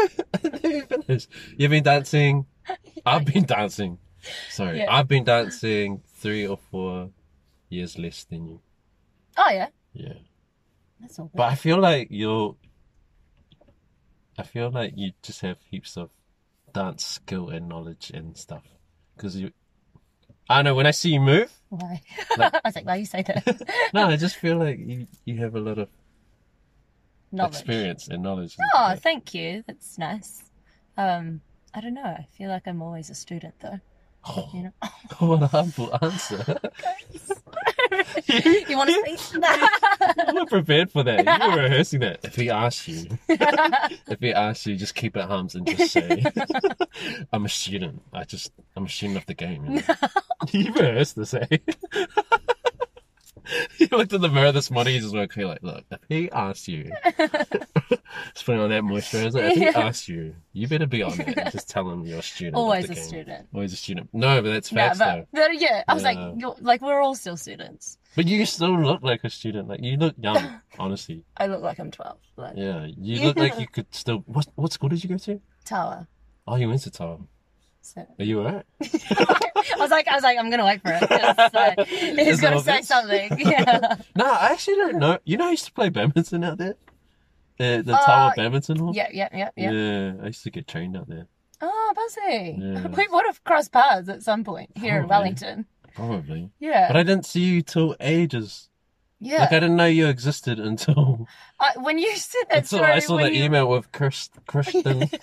S1: you finished. You've been dancing. I've been dancing. Sorry,
S2: Yeah.
S1: I've been dancing three or four years less than you.
S2: Oh, yeah.
S1: Yeah,
S2: That's all good.
S1: but I feel like you're. I feel like you just have heaps of dance skill and knowledge and stuff because you. I don't know. When I see you move,
S2: Why?
S1: Like-
S2: I was like, why you say that?
S1: no, I just feel like you you have a lot of
S2: Knowledge.
S1: experience and knowledge.
S2: Oh, thank you. That's nice. Um, I don't know. I feel like I'm always a student, though. You know.
S1: what a humble answer.
S2: you want to see?
S1: I'm not prepared for that. You were rehearsing that. If he asks you, if he asks you, just keep it at arms and just say, "I'm a student. I just, I'm a student of the game." You, know? you rehearsed this, eh? you looked in the mirror this morning. You just went, "Okay, like, look, if he asks you, just put on that moisturizer. If he
S2: Yeah.
S1: asks you, you better be on it. and Just tell him you're a student. of
S2: always
S1: the
S2: a
S1: game.
S2: student.
S1: Always a student. No, but that's
S2: No,
S1: facts
S2: but,
S1: though.
S2: but yeah, I was
S1: Yeah.
S2: like, you're, like we're all still students.
S1: But you still look like a student. Like you look young, honestly.
S2: I look like I'm 12. Like
S1: Yeah, you look like you could still. What what school did you go to?
S2: Tower.
S1: Oh, you went to Tower.
S2: So
S1: Are you alright?
S2: I was like, I was like, I'm gonna wait for it. Just, like, he's
S1: It's
S2: gonna say
S1: obvious.
S2: something. Yeah.
S1: No, I actually don't know. You know, I used to play badminton out there. The the
S2: Uh,
S1: Tower badminton hall.
S2: yeah, yeah, yeah, yeah.
S1: Yeah, I used to get trained out there.
S2: Oh, Buzzy.
S1: Yeah.
S2: We would have crossed paths at some point here in
S1: Probably.
S2: Wellington.
S1: Probably,
S2: Yeah.
S1: but I didn't see you till ages.
S2: yeah.
S1: Like I didn't know you existed until
S2: I, when you said that
S1: until
S2: story,
S1: I saw
S2: when
S1: the
S2: you
S1: email with Chris, Kristen.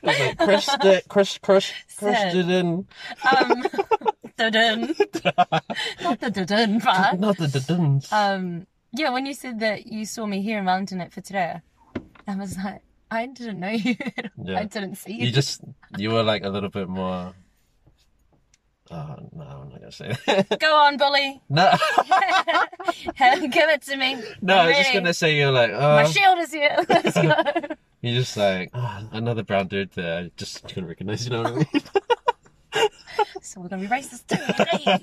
S1: I was like, Kristen, Chris, Chris,
S2: Sad.
S1: Kristen.
S2: um, dun not the dun part.
S1: Not the duduns.
S2: Um, yeah, when you said that you saw me here in Wellington at Fitera, I was like, I didn't know you.
S1: Yeah.
S2: I didn't see you.
S1: you just you were like a little bit more. Oh, no, I'm not gonna say that.
S2: Go on, bully.
S1: no,
S2: Give it to me.
S1: no,
S2: I'm
S1: I was just
S2: ready.
S1: gonna say you're like,
S2: My
S1: oh,
S2: shield is here. Let's go.
S1: you're just like "Ah, another brown dude there. I just couldn't recognize. You know what I mean?
S2: so we're gonna be racist today.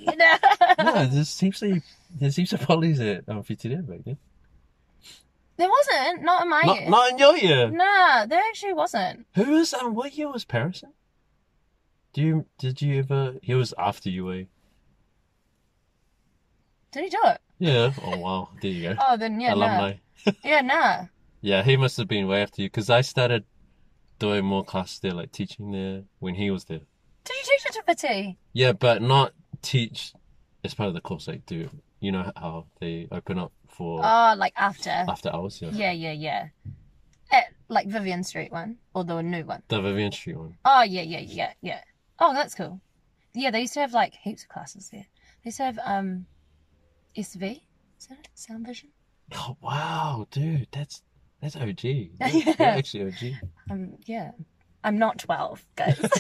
S1: no, there seems to be, there seems to be polys at um, FTD back then.
S2: there wasn't. Not in my
S1: Not,
S2: year.
S1: not in your year.
S2: Nah, there actually wasn't.
S1: Who was um? What year was Paris? in? Do you did you ever? He was after you. eh?
S2: Did he do it?
S1: Yeah. Oh wow. There you go.
S2: Oh, then yeah,
S1: Alumni.
S2: nah. Yeah, nah.
S1: Yeah, he must have been way after you because I started doing more classes there, like teaching there when he was there.
S2: Did you teach it to Pati?
S1: Yeah, but not teach as part of the course. Like, do you know how they open up for
S2: Oh, like after.
S1: after hours? Yeah.
S2: Yeah, yeah, yeah. At, like Vivian Street one, or the new one.
S1: The Vivian Street one.
S2: Oh, yeah, yeah, yeah, yeah. Oh, that's cool. Yeah, they used to have like heaps of classes there. They used to have um, SV, is that it? Sound Vision?
S1: Oh wow, dude, that's that's OG. You're,
S2: Yeah.
S1: you're actually OG.
S2: Um, yeah. I'm not 12, guys.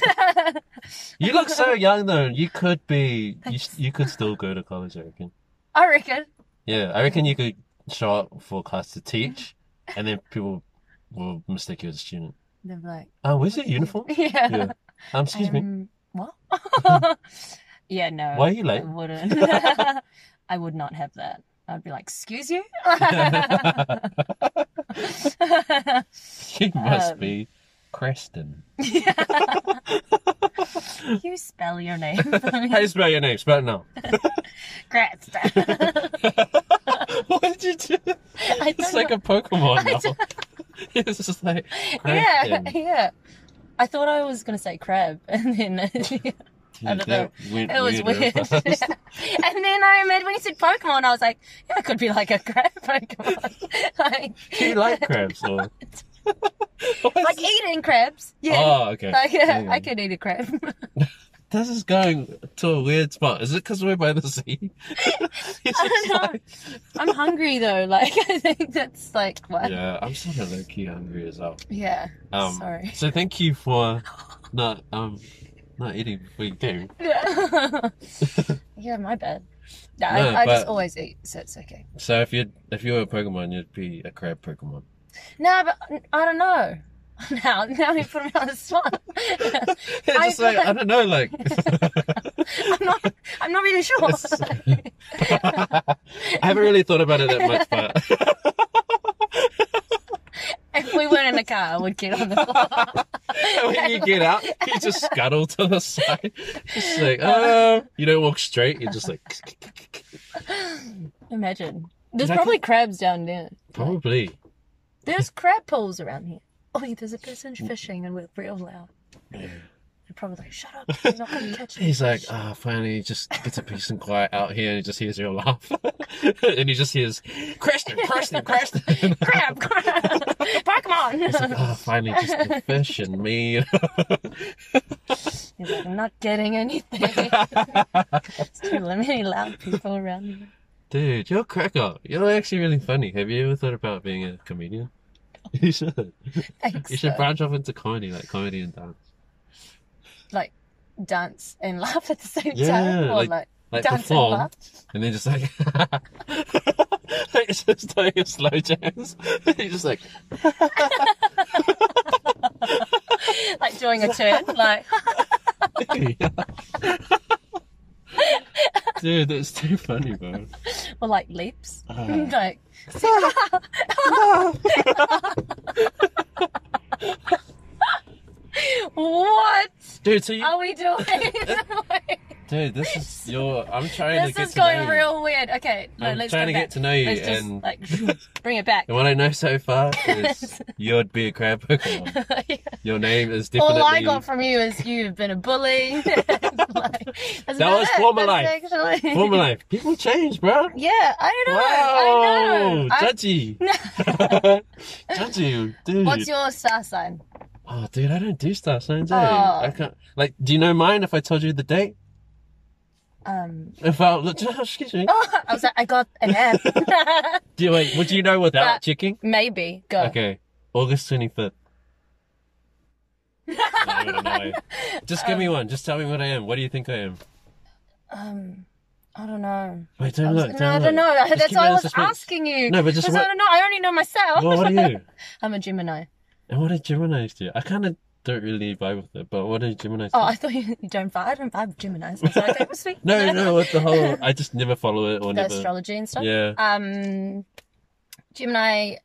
S1: You look so young though. You could be. You,
S2: Thanks.
S1: you could still go to college. I reckon.
S2: I reckon.
S1: Yeah, I reckon you could show up for a class to teach, and then people will mistake you as a student.
S2: They're like,
S1: Oh, where's your uniform?
S2: yeah.
S1: Yeah. Um, excuse me.
S2: Um, What? yeah, no.
S1: Why are you
S2: I
S1: late?
S2: wouldn't. I would not have that. I'd be like, excuse you? Um,
S1: you must
S2: Um,
S1: be Creston.
S2: you spell your name for
S1: How do
S2: me.
S1: you spell your name? Spell it now.
S2: Grats.
S1: Why did you do that?
S2: I
S1: It's like
S2: don't know.
S1: a Pokemon now. it's just like
S2: Yeah,
S1: Creston.
S2: yeah. I thought I was going to say crab, and then it
S1: Yeah,
S2: I don't
S1: that went
S2: was
S1: weird real
S2: weird. Yeah.
S1: fast.
S2: And then I remembered when you said Pokemon, I was like, yeah, it could be like a crab Pokemon. like,
S1: Do you like crabs or?
S2: like eating crabs. Yeah.
S1: Oh, okay.
S2: Like, yeah,
S1: Yeah.
S2: I could eat a crab.
S1: This is going to a weird spot. Is it because we're by the sea? It's just
S2: know.
S1: like-
S2: I'm hungry though. Like, I think that's like what? Yeah.
S1: yeah, I'm sort of low key hungry as well. Um,
S2: Sorry.
S1: So thank you for not um not eating before you came.
S2: Yeah. yeah, my bad. No, I,
S1: No,
S2: I just
S1: but-
S2: always eat, so it's okay.
S1: So if you if you were a Pokemon, you'd be a crab Pokemon.
S2: No, but I don't know. Now, now you put me on the spot.
S1: It's
S2: I
S1: just like I don't know, like
S2: I'm not. I'm not really sure.
S1: I haven't really thought about it that much, but
S2: if we weren't in a car, I would get on the floor.
S1: when you get out, you just scuttle to the side. Just like, um, you don't walk straight. You're just like,
S2: Imagine. There's
S1: Like-
S2: probably crabs down there.
S1: probably.
S2: There's crab pools around here. Oh, yeah, there's a person fishing, and we're real loud. They're probably like, "Shut up! You're not gonna catch me."
S1: He's like, ah, finally, just gets a peace and quiet out here, and he just hears your laugh, and he just hears, Creston, Creston, Creston.
S2: crab, crab,
S1: It's like,
S2: Pokemon.
S1: ah, finally, just the fish and me.
S2: He's like, I'm not getting anything. There's too many loud people around here.
S1: Dude, you're a cracker. You're actually really funny. Have you ever thought about being a comedian? You should.
S2: Thanks.
S1: You should
S2: though.
S1: branch off into comedy, like comedy and dance.
S2: like dance and laugh at the same
S1: Yeah,
S2: time, or
S1: like-
S2: like,
S1: Like
S2: dance
S1: perform,
S2: and laugh.
S1: and then just like, like it's just doing a slow jams. You're just like,
S2: like doing a turn, like
S1: dude, that's too funny, bro.
S2: or like leaps,
S1: Ah.
S2: like what
S1: Dude, so you,
S2: are we doing? Like,
S1: dude, this is your. I'm trying to
S2: this
S1: get
S2: is
S1: to know
S2: going
S1: you.
S2: real weird. Okay, no,
S1: I'm
S2: let's
S1: trying to
S2: go back.
S1: get to know you,
S2: Let's just
S1: and
S2: like bring it back.
S1: and what I know so far is you'd be a crab Pokemon.
S2: Yeah.
S1: Your name is definitely.
S2: All I got from you is you've been a bully. Like, that's about
S1: was
S2: it.
S1: former
S2: That's actually-
S1: Former life. People change, bro.
S2: Yeah, I
S1: Wow,
S2: don't know. I know. I-
S1: judgy, judgy, dude.
S2: What's your star sign?
S1: Oh, dude, I don't do star signs. Eh?
S2: Oh.
S1: I can't. Like, do you know mine? If I told you the date,
S2: Um,
S1: if I look, excuse me.
S2: oh, I was like, I got an F.
S1: Do you, wait, would you know without
S2: That-
S1: checking?
S2: Maybe. Go.
S1: Okay, August twenty fifth. Just give me one. Just tell me what I am. What do you think I am?
S2: Um, I don't know.
S1: Wait,
S2: I
S1: don't
S2: was-
S1: look.
S2: no,
S1: don't
S2: I
S1: look.
S2: don't know.
S1: Just
S2: That's
S1: keep
S2: why
S1: it
S2: I
S1: in
S2: was
S1: suspense.
S2: asking you.
S1: No, but just
S2: Because I
S1: what-
S2: don't know. I only know myself.
S1: Well, what are you?
S2: I'm a Gemini.
S1: And what did Gemini's do? I kind of don't really vibe with it, but what did Gemini's do?
S2: Oh, I thought you, you don't vibe. I don't vibe with Geminis. I'm sorry, okay, sweet.
S1: No, no, with the whole, I just never follow it or
S2: The
S1: never.
S2: astrology and stuff.
S1: Yeah.
S2: Um, Gemini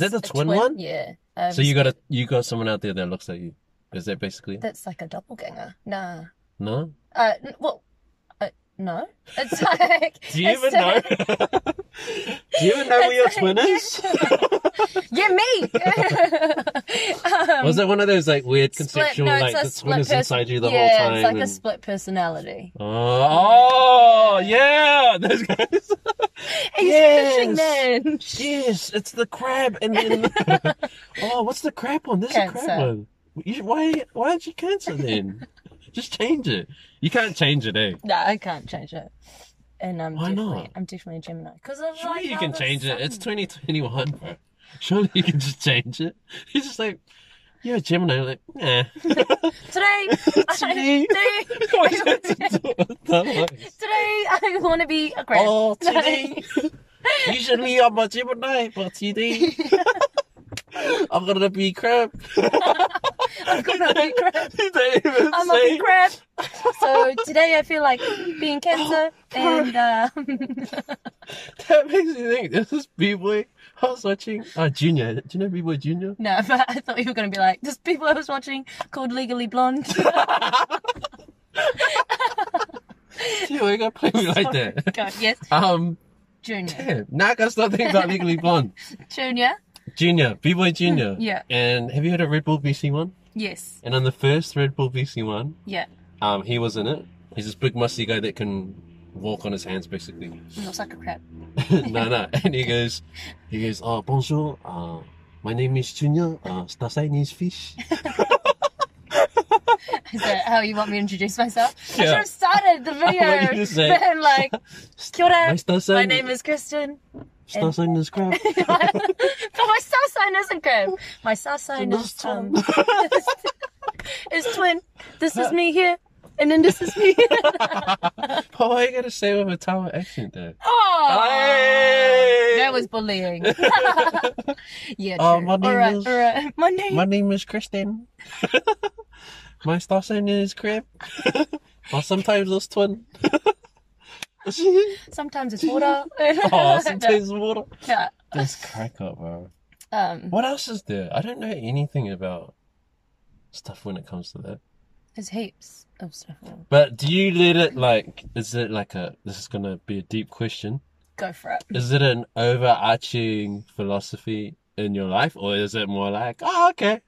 S1: Is that the
S2: a
S1: twin one?
S2: Yeah. Um,
S1: So you got a you got someone out there that looks like you. Is that basically? it?
S2: That's like a doppelganger. Nah.
S1: No.
S2: Uh, n- well, uh, no. It's like.
S1: Do you
S2: it's
S1: even know? Do you even know where your twin is?
S2: Yeah, me. um,
S1: Was that one of those like weird
S2: split-
S1: conceptual
S2: no, it's
S1: like
S2: a
S1: the twin
S2: split
S1: is
S2: person-
S1: inside you the
S2: yeah,
S1: whole time?
S2: it's like a
S1: and-
S2: split personality.
S1: Oh, oh, yeah, those guys.
S2: He's
S1: Yes.
S2: fishing man.
S1: yes, it's the crab, and then oh, what's the crab one? There's a crab
S2: Cancer.
S1: one. You, why? Why did you cancel then? Just change it. You can't change it, eh?
S2: No, I can't change it. and I'm
S1: Why
S2: definitely
S1: not?
S2: I'm definitely a Gemini because of
S1: Surely
S2: like
S1: you
S2: how
S1: can
S2: the
S1: change it. It's
S2: sun-
S1: 2021, bro. Surely you can just change it. He's just like, you're a Gemini. Like, nah.
S2: today.
S1: Today.
S2: I, today,
S1: Why is that the door?
S2: today I want to be a crab.
S1: Oh, today. Usually I'm a Gemini, but today I'm gonna be crap.
S2: I'm gonna be crab.
S1: They even
S2: I'm a
S1: say
S2: big crab. So today I feel like being Cancer and um,
S1: that makes me think. This is B boy. I was watching. Oh, Junior. Do you know B boy Junior?
S2: no, but I thought you were gonna be like there's people I was watching called Legally Blonde.
S1: Yeah, we're gonna play me like
S2: Sorry,
S1: that.
S2: God, yes,
S1: Um,
S2: Junior,
S1: yeah, now I gotta start thinking about Legally Blonde.
S2: Junior,
S1: Junior, B boy Junior.
S2: Yeah.
S1: And have you heard of Red Bull BC One?
S2: yes,
S1: And on the first Red Bull BC One,
S2: yeah.
S1: um, he was in it. He's this big musty guy that can walk on his hands, basically.
S2: He looks like a crab.
S1: no, no. And he goes, he goes, oh, bonjour. Uh, my name is Junior. Uh, does I need fish?
S2: Is that how you want me to introduce myself? I
S1: Yeah.
S2: should have started the
S1: want you
S2: video.
S1: to say-
S2: but I'm like, Kia ora,
S1: My star sign,
S2: my name is Kristen.
S1: star sign is crap.
S2: but my star sign isn't crab. My star sign is um, is twin. This is me here, and then this is me.
S1: But why are you gonna say with a tower accent there?
S2: oh,
S1: Aye.
S2: that was bullying. yeah, true.
S1: Oh, my name
S2: all right,
S1: is-
S2: all right. My name.
S1: My name is Kristen. my star sign is crap. or sometimes it's twin. oh,
S2: Sometimes it's water.
S1: sometimes water.
S2: Yeah.
S1: This crack up, bro.
S2: Um,
S1: What else is there? I don't know anything about stuff when it comes to that.
S2: there's heaps of stuff.
S1: But do you let it like? Is it like a? This is gonna be a deep question.
S2: Go for it.
S1: Is it an overarching philosophy in your life, or is it more like, oh, okay,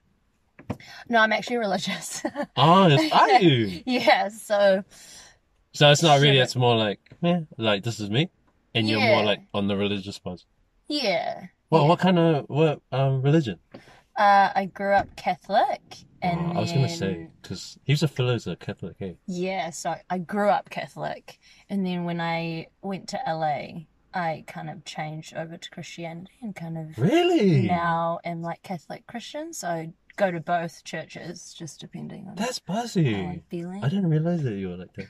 S2: No, I'm actually religious.
S1: oh, it's, are you?
S2: yeah, so
S1: So it's not really.
S2: Sure.
S1: It's more like, yeah, like this is me, and you're
S2: Yeah.
S1: more like on the religious part.
S2: yeah.
S1: Well, what kind of what um religion?
S2: Uh, I grew up Catholic, and
S1: Oh, I was gonna
S2: then-
S1: say because he's a fellow's a Catholic, eh?
S2: yeah. So I grew up Catholic, and then when I went to LA, I kind of changed over to Christianity and kind of
S1: Really?
S2: now am like Catholic Christian. So I go to both churches, just depending on
S1: That's
S2: how I'm
S1: buzzy.
S2: feeling.
S1: I didn't realize that you were like that.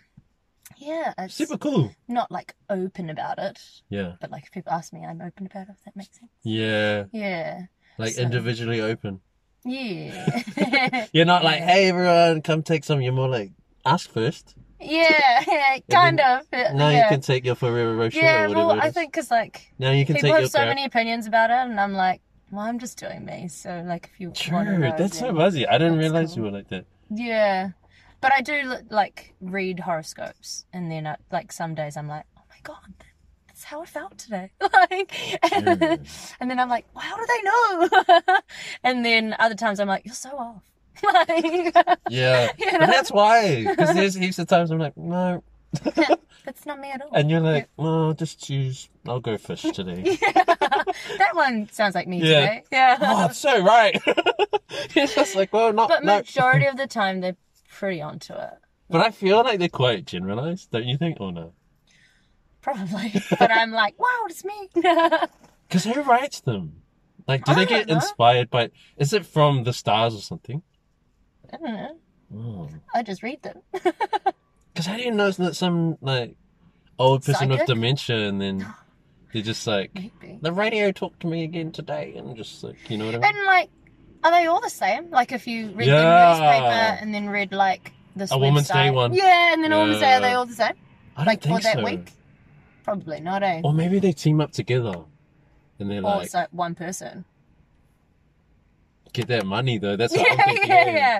S2: yeah, it's
S1: Super cool.
S2: not like open about it,
S1: Yeah.
S2: but like if people ask me, I'm open about it. If that makes sense.
S1: Yeah.
S2: Yeah,
S1: Like
S2: So-
S1: individually open.
S2: yeah.
S1: You're not like,
S2: Yeah.
S1: hey everyone, come take some. You're more like, ask first.
S2: Yeah, kind of. yeah,
S1: Now
S2: Uh, yeah.
S1: you can take your Ferrero Rocher
S2: Yeah,
S1: or whatever.
S2: well,
S1: it
S2: I
S1: is.
S2: think because like
S1: now you can
S2: people
S1: take your
S2: have so
S1: crap.
S2: many opinions about it, and I'm like, well, I'm just doing me. So like, if you want to
S1: True,
S2: know,
S1: that's so
S2: then-
S1: buzzy. I didn't
S2: That's
S1: realize
S2: cool.
S1: you were like that.
S2: yeah. But I do li- like read horoscopes, and then I, like some days I'm like, oh my god, that's how I felt today. like, and,
S1: True.
S2: then I'm like, well, how do they know? and then other times I'm like, you're so off. like,
S1: Yeah,
S2: You
S1: but
S2: know?
S1: that's why. Because there's heaps of times I'm like, no,
S2: that's not me at all.
S1: and you're like, well, just choose. I'll go fish today.
S2: that one sounds like me
S1: Yeah.
S2: today. Yeah.
S1: oh, it's so right. it's just like, well, not.
S2: But
S1: no.
S2: majority of the time, they're pretty onto it.
S1: But I feel like they're quite generalized, don't you think, or no?
S2: Probably. But I'm like, wow, it's me.
S1: Because who writes them? Like, do
S2: I
S1: they
S2: don't
S1: get
S2: know.
S1: inspired by? Is it from the stars or something? Oh.
S2: I don't know.
S1: Because
S2: I just read them.
S1: I didn't know it's not some like old person with
S2: Psychic?
S1: dementia, and then they're just like
S2: Maybe.
S1: the radio talked to me again today, and just like you know what I mean.
S2: And like, are they all the same? Like, if you read
S1: Yeah.
S2: the newspaper and then read like this
S1: A Woman's Day
S2: website-
S1: one.
S2: Yeah, and then a woman's day, are they
S1: Yeah.
S2: all the same?
S1: I don't
S2: Like
S1: think
S2: for that
S1: so.
S2: week? Probably not. Eh?
S1: Or maybe they team up together, and they're
S2: Or
S1: like,
S2: it's like one person.
S1: get that money though. That's what
S2: yeah,
S1: I'm thinking.
S2: yeah, yeah,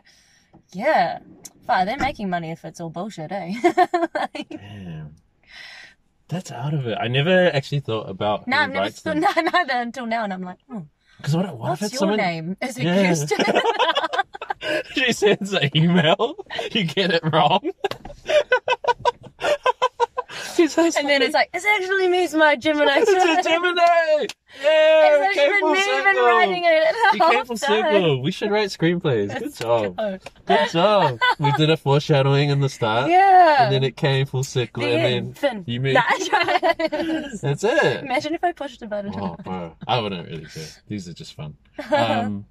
S2: yeah. Fuck, they're making money if it's all bullshit, eh? Like-
S1: Damn. That's out of it. I never actually thought about
S2: No,
S1: who
S2: I've never
S1: writes
S2: thought no, neither until now, and I'm like, hmm,
S1: Because what, what if
S2: what's
S1: it's
S2: your
S1: someone
S2: name? Is it
S1: Yeah.
S2: Kirsten?
S1: She sends an email. You get it wrong. She's so
S2: And then
S1: funny.
S2: it's like, it's actually me, it's my Gemini.
S1: it's a Gemini. Yeah,
S2: It's
S1: it came
S2: actually
S1: full
S2: me even
S1: circle.
S2: writing it. the
S1: You came
S2: whole
S1: full
S2: time.
S1: circle. We should write screenplays. Good job.
S2: Oh,
S1: Good job. We did a foreshadowing in the start,
S2: yeah.
S1: and then it came full circle,
S2: the
S1: and
S2: end.
S1: then
S2: Fin.
S1: you made-
S2: That-
S1: that's it.
S2: Imagine if I pushed a button.
S1: Oh, bro, I wouldn't really care. These are just fun. Um,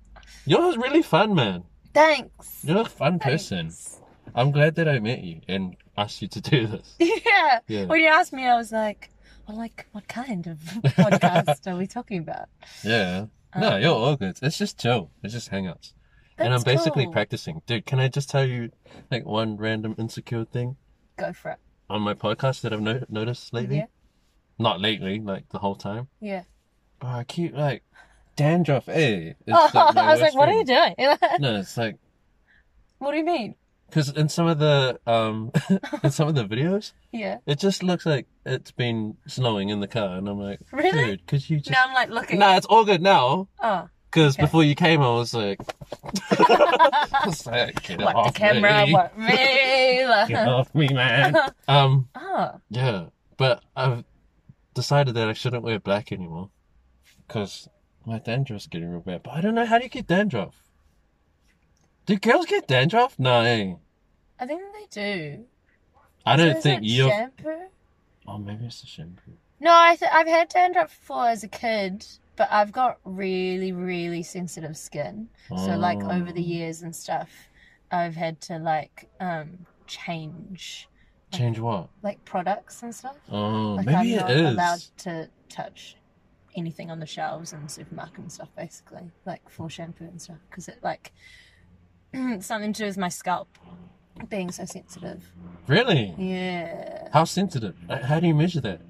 S1: you're really fun, man.
S2: Thanks.
S1: You're a fun person.
S2: Thanks.
S1: I'm glad that I met you and asked you to do this.
S2: Yeah.
S1: Yeah.
S2: When you asked me, I was like, well, like, what kind of podcast are we talking about?
S1: Yeah. No,
S2: Um,
S1: you're all good. It's just chill. It's just hangouts. and I'm
S2: That's
S1: basically
S2: cool.
S1: practicing. Dude, can I just tell you like one random insecure thing
S2: Go for it.
S1: on my podcast that I've no- noticed lately?
S2: Yeah.
S1: Not lately, like the whole time.
S2: Yeah.
S1: But I keep like dandruff, eh? It's,
S2: Oh,
S1: my
S2: I was like,
S1: worst
S2: what are you
S1: friend.
S2: doing?
S1: No, it's like
S2: what do you mean?
S1: because in some of the um in some of the videos,
S2: Yeah.
S1: it just looks like it's been snowing in the car, and I'm like,
S2: Really?
S1: dude, could you just?
S2: Now I'm like looking.
S1: Nah, it's all good now.
S2: Oh.
S1: Because
S2: Okay.
S1: before you came, I was like, I was like, get
S2: "Oh." What
S1: off
S2: the camera?
S1: me.
S2: What me?
S1: Get off me, man. um,
S2: oh.
S1: yeah, but I've decided that I shouldn't wear black anymore because my dandruff's getting real bad. But I don't know how do you get dandruff. Do girls get dandruff? No, eh.
S2: I think they do.
S1: I
S2: So
S1: don't
S2: is
S1: think
S2: it
S1: you're.
S2: shampoo.
S1: Oh, maybe it's the shampoo.
S2: No, I th- I've had dandruff before as a kid, but I've got really, really sensitive skin. So like over the
S1: Oh.
S2: years and stuff, I've had to like um change
S1: Change what?
S2: like products and stuff.
S1: Oh,
S2: Like
S1: maybe
S2: I'm
S1: it
S2: not
S1: is.
S2: allowed to touch anything on the shelves in the supermarket and stuff, basically, like for shampoo and stuff, because it like something to do with my scalp being so sensitive.
S1: Really?
S2: Yeah.
S1: How sensitive? Like, How do you measure that?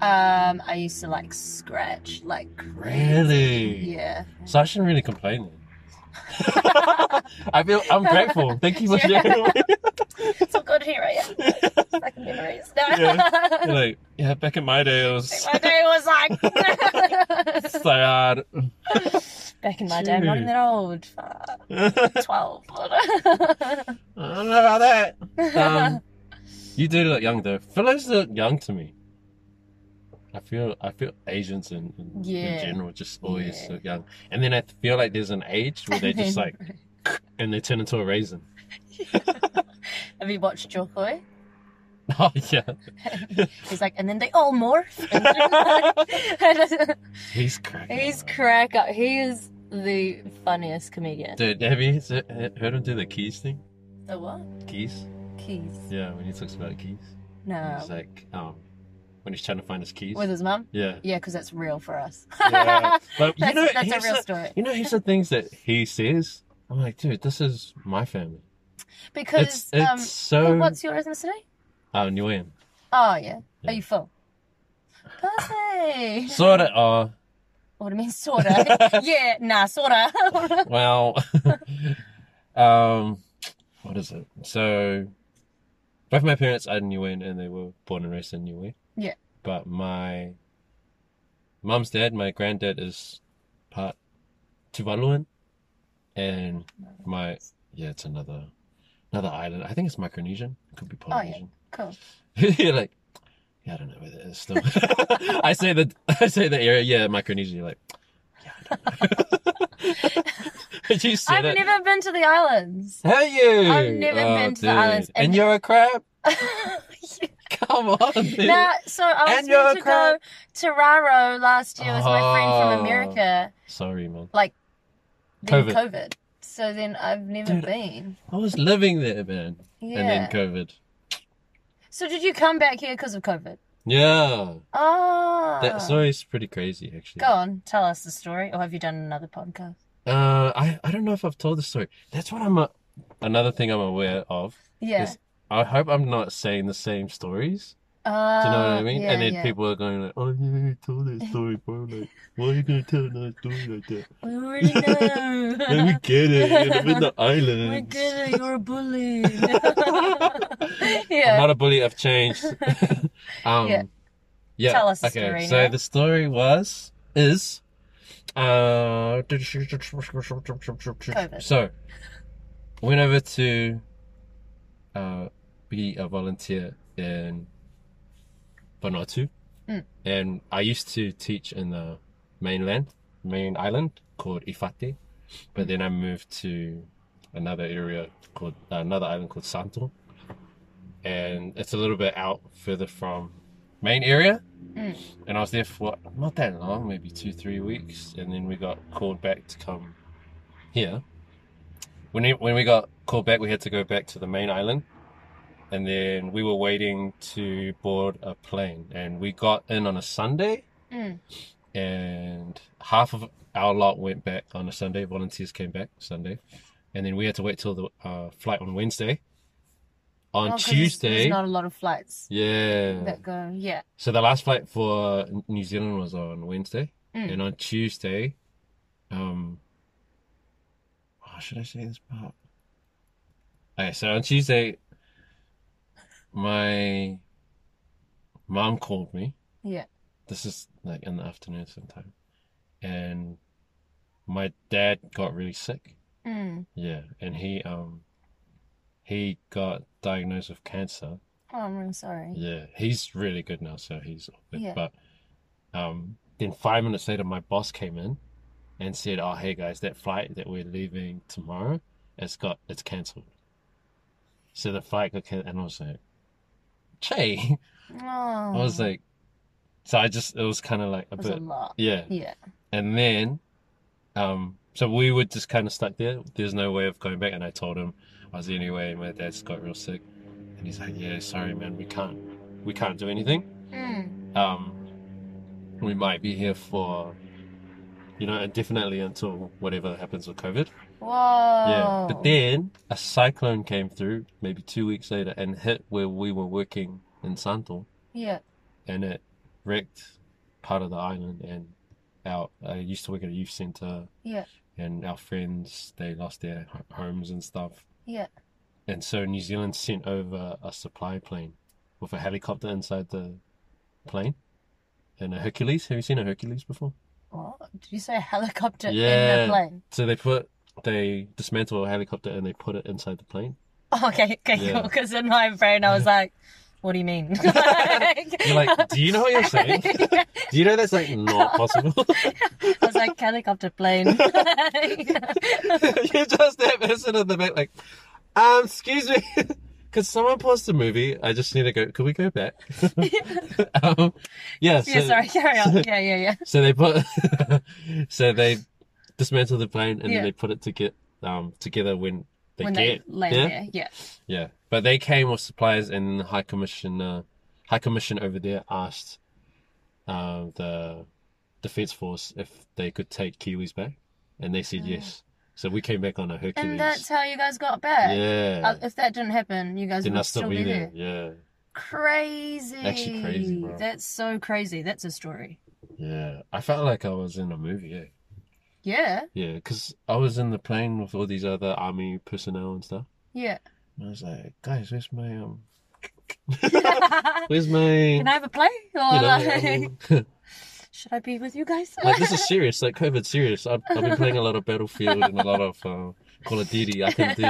S2: Um, I used to like scratch like crazy.
S1: Really?
S2: Yeah.
S1: So I shouldn't really complain then. I feel I'm grateful. Thank you for sharing. it with me.
S2: It's all good here, I am. Like memories.
S1: You're like, yeah, back in my day, it was
S2: my day was like.
S1: so hard.
S2: Back in my day, I'm not even that old. Fuck.
S1: I don't
S2: 12.
S1: know about that. Um, you do look young though. Fellows look young to me. I feel I feel Asians in, in, in
S2: Yeah.
S1: general just always
S2: Yeah.
S1: look young, and then I feel like there's an age where they just like and they turn into a raisin.
S2: Have you watched Jokoi?
S1: Oh yeah,
S2: He's like, and then they all morph. And-
S1: he's cracking.
S2: He's
S1: up.
S2: crack up. He is the funniest comedian.
S1: Dude, have you se- heard him do the keys thing?
S2: The what?
S1: Keys?
S2: Keys.
S1: Yeah, when he talks about keys.
S2: No.
S1: He's like, um, when he's trying to find his keys.
S2: With his mum?
S1: yeah.
S2: Yeah, because that's real for us.
S1: yeah. But you
S2: that's
S1: know,
S2: that's a
S1: here's
S2: real
S1: the-
S2: story.
S1: you know, here's the things that he says. I'm like, dude, this is my family. It's
S2: Because,
S1: it's
S2: um,
S1: so.
S2: what's your ethnicity?
S1: Oh, Nguyen.
S2: Oh, yeah.
S1: Yeah.
S2: Are you full? Pussy!
S1: Sort of. Oh,
S2: What do you mean, sorta? yeah, nah, sorta.
S1: well. um, what is it? So, both my parents are Nguyen, and they were born and raised in Nguyen.
S2: Yeah.
S1: But my mum's dad, my granddad, is part Tuvaluan, and my yeah, it's another another island. I think it's Micronesian. It could be
S2: Oh, yeah.
S1: Polynesian.
S2: cool.
S1: you're like, yeah, I don't know where that is still. I say that I say the area, yeah, Micronesia. You're like, yeah, I don't know. you said
S2: I've
S1: it.
S2: never been to the islands.
S1: Have you? Oh,
S2: I've never been to the islands,
S1: And,
S2: and-
S1: you're a crab? Come on, dude.
S2: Nah, so I was
S1: And you're
S2: meant
S1: a
S2: to go
S1: crab.
S2: to Raro last year with my friend
S1: Oh.
S2: from America.
S1: Sorry, man.
S2: Then
S1: COVID.
S2: COVID. So then I've never
S1: Dude.
S2: been.
S1: I was living there, man.
S2: Yeah.
S1: And then COVID.
S2: so did you come back here because of COVID?
S1: Yeah.
S2: Oh.
S1: That story's pretty crazy, actually.
S2: Go on, tell us the story. Or have you done another podcast?
S1: Uh, I, I don't know if I've told the story. That's what I'm. A, another thing I'm aware of.
S2: Yeah.
S1: Yes. I hope I'm not saying the same stories.
S2: Uh,
S1: Do you know what I mean?
S2: Yeah,
S1: and then
S2: yeah.
S1: people are going like, "Oh, you already told that story, bro. Like, why are you gonna tell another story like that?
S2: We already
S1: Let me
S2: know.
S1: get it. You're in the
S2: we
S1: islands.
S2: get it. You're a bully.
S1: I'm
S2: yeah.
S1: not a bully. I've changed. um,
S2: Yeah.
S1: yeah,
S2: Tell us the
S1: okay.
S2: story
S1: so
S2: now.
S1: the story was is. Uh, so went over to uh, be a volunteer in Vanuatu.
S2: Mm.
S1: And I used to teach in the mainland, main island called Ifate. But then I moved to another area called, another island called Santo. And it's a little bit out further from main area.
S2: Mm.
S1: And I was there for not that long, maybe two, three weeks. And then we got called back to come here. When we, when we got called back, we had to go back to the main island and then we were waiting to board a plane and we got in on a sunday
S2: Mm.
S1: and half of our lot went back on a sunday volunteers came back sunday and then we had to wait till the uh, flight on wednesday on
S2: Oh, 'cause there's-
S1: tuesday
S2: There's not a lot of flights
S1: yeah
S2: that go. Yeah.
S1: so the last flight for new zealand was on wednesday
S2: Mm.
S1: and on tuesday um oh, should i say this part okay so on tuesday my mom called me
S2: Yeah.
S1: this is like in the afternoon sometime and my dad got really sick
S2: Mm.
S1: yeah and he um he got diagnosed with cancer
S2: Oh, I'm really sorry.
S1: yeah, he's really good now, so he's off it.
S2: Yeah.
S1: But um, then five minutes later, my boss came in and said, "Oh, hey guys, that flight that we're leaving tomorrow, it's got it's cancelled." So the flight got can and I was like, "Jay," I
S2: Oh,
S1: was like, so I just it was kind of like a
S2: it was a
S1: bit,
S2: lot.
S1: yeah.
S2: Yeah.
S1: And then, um, so we were just kind of stuck there. There's no way of going back. And I told him, I was anyway. My dad's got real sick, and he's like, "Yeah, sorry, man, we can't, we can't do anything."
S2: Mm.
S1: um, we might be here for, you know, indefinitely until whatever happens with COVID.
S2: Whoa.
S1: Yeah. But then a cyclone came through maybe two weeks later and hit where we were working in Santo
S2: Yeah.
S1: and it wrecked part of the island. And our, I used to work at a youth center
S2: Yeah.
S1: and our friends, they lost their h- homes and stuff.
S2: Yeah.
S1: And so New Zealand sent over a supply plane with a helicopter inside the plane and a Hercules. Have you seen a Hercules before?
S2: What? Oh, Did you say a helicopter
S1: Yeah.
S2: in the plane?
S1: So they put they dismantle a helicopter and they put it inside the plane.
S2: Oh, Okay, okay,
S1: Yeah.
S2: cool. Because in my brain, I was like, "What do you mean?" Like-
S1: You're like, do you know what you're saying?
S2: I
S1: do you know that's like not possible?
S2: was like, "Helicopter plane."
S1: You're just that person in the back, like, um, excuse me, could someone pause the movie? I just need to go. Could we go back? um, yeah.
S2: yeah,
S1: so-
S2: sorry. Carry on. Yeah, yeah, yeah.
S1: So they put, so they dismantle the plane and
S2: Yeah.
S1: then they put it to get um together when they
S2: when
S1: get
S2: they land
S1: yeah?
S2: there, yeah.
S1: Yeah, but they came with supplies, and the High Commissioner, High Commission over there asked uh, the Defense Force if they could take Kiwis back, and they said
S2: Ah.
S1: yes. So we came back on a Hercules.
S2: And that's how you guys got back.
S1: yeah,
S2: Uh, if that didn't happen, you guys
S1: then
S2: would
S1: us still be there.
S2: there.
S1: Yeah,
S2: Crazy.
S1: Actually crazy, bro.
S2: That's so crazy. That's a story.
S1: yeah. I felt like I was in a movie. Yeah,
S2: Yeah,
S1: yeah, because I was in the plane with all these other army personnel and stuff.
S2: yeah.
S1: And I was like, guys, where's my um,
S2: Can
S1: where's my?
S2: I have a play? Or
S1: you know,
S2: like,
S1: um,
S2: should I be with you guys?
S1: like this is serious like covid serious I've, I've been playing a lot of battlefield and a lot of uh, call of duty i can do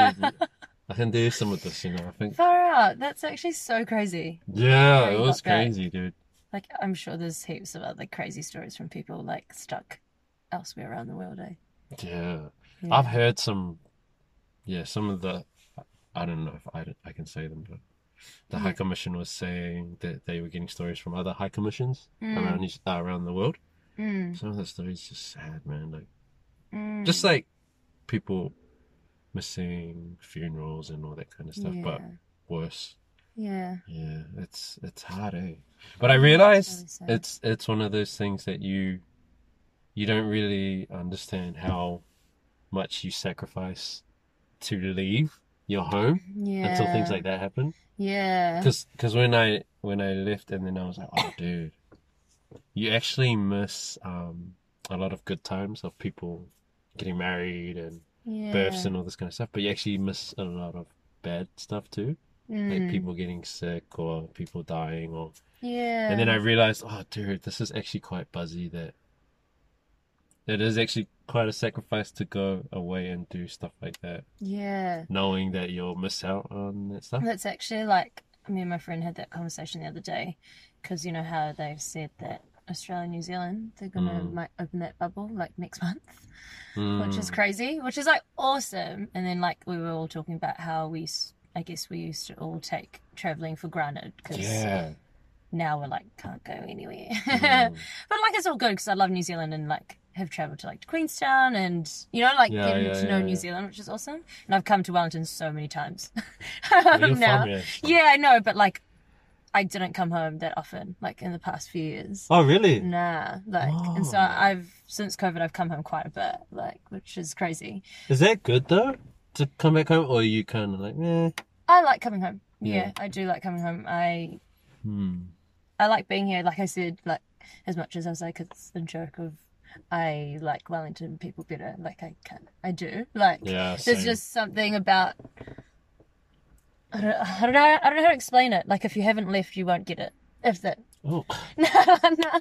S1: i can do some of this you know i think
S2: Far out. That's actually so crazy.
S1: yeah
S2: Yeah,
S1: it
S2: you
S1: was
S2: got that.
S1: crazy dude
S2: Like, I'm sure there's heaps of other crazy stories from people like stuck elsewhere around the world, eh?
S1: yeah.
S2: Yeah.
S1: i've heard some yeah some of the i don't know if i, I can say them but the high
S2: Yeah.
S1: commission was saying that they were getting stories from other high commissions
S2: Mm,
S1: around each- uh, around the world
S2: mm,
S1: some of the stories just sad man like
S2: mm.
S1: just like people missing funerals and all that kind of stuff but
S2: Yeah,
S1: worse
S2: yeah.
S1: Yeah, it's it's hard, eh? But I
S2: Yeah, it's
S1: realize
S2: really sad.
S1: it's it's one of those things that you you don't really understand how much you sacrifice to leave your home
S2: yeah.
S1: until things like that happen.
S2: Yeah.
S1: Because when I when I left and then I was like, oh, dude, you actually miss um, a lot of good times of people getting married and
S2: yeah.
S1: births and all this kind of stuff. But you actually miss a lot of bad stuff too, like
S2: Mm,
S1: people getting sick or people dying or
S2: Mm. Yeah.
S1: and then I realized, oh, dude, this is actually quite buzzy that it is actually quite a sacrifice to go away and do stuff like that,
S2: Yeah.
S1: knowing that you'll miss out on that stuff.
S2: That's actually like me and my friend had that conversation the other day, because you know how they've said that Australia, New Zealand, they're gonna
S1: Mm.
S2: might open that bubble like next month,
S1: Mm.
S2: which is crazy, which is like awesome. And then like we were all talking about how we, s- I guess we used to all take traveling for granted because
S1: Yeah.
S2: now we're like can't go anywhere.
S1: Mm.
S2: But like it's all good because I love New Zealand and like have travelled to like Queenstown and you know like
S1: Yeah,
S2: getting
S1: yeah,
S2: to know
S1: yeah,
S2: New
S1: yeah.
S2: Zealand, which is awesome. And I've come to Wellington so many times
S1: Well, you're
S2: now.
S1: from here.
S2: yeah, I know, but like I didn't come home that often like in the past few years.
S1: Oh, really?
S2: Nah, like and so
S1: Whoa.
S2: I've since COVID I've come home quite a bit, like which is crazy.
S1: Is that good though? To come back home, or are you kind of like, eh?
S2: I like coming home. Yeah,
S1: Yeah.
S2: I do like coming home. I
S1: Hmm.
S2: I like being here. Like I said, like as much as I was like it's the joke of I like Wellington people better. Like I can, I do. Like
S1: Yeah.
S2: there's
S1: same.
S2: just something about I don't, I don't know. I don't know how to explain it. Like if you haven't left, you won't get it. If that.
S1: Oh,
S2: No, no.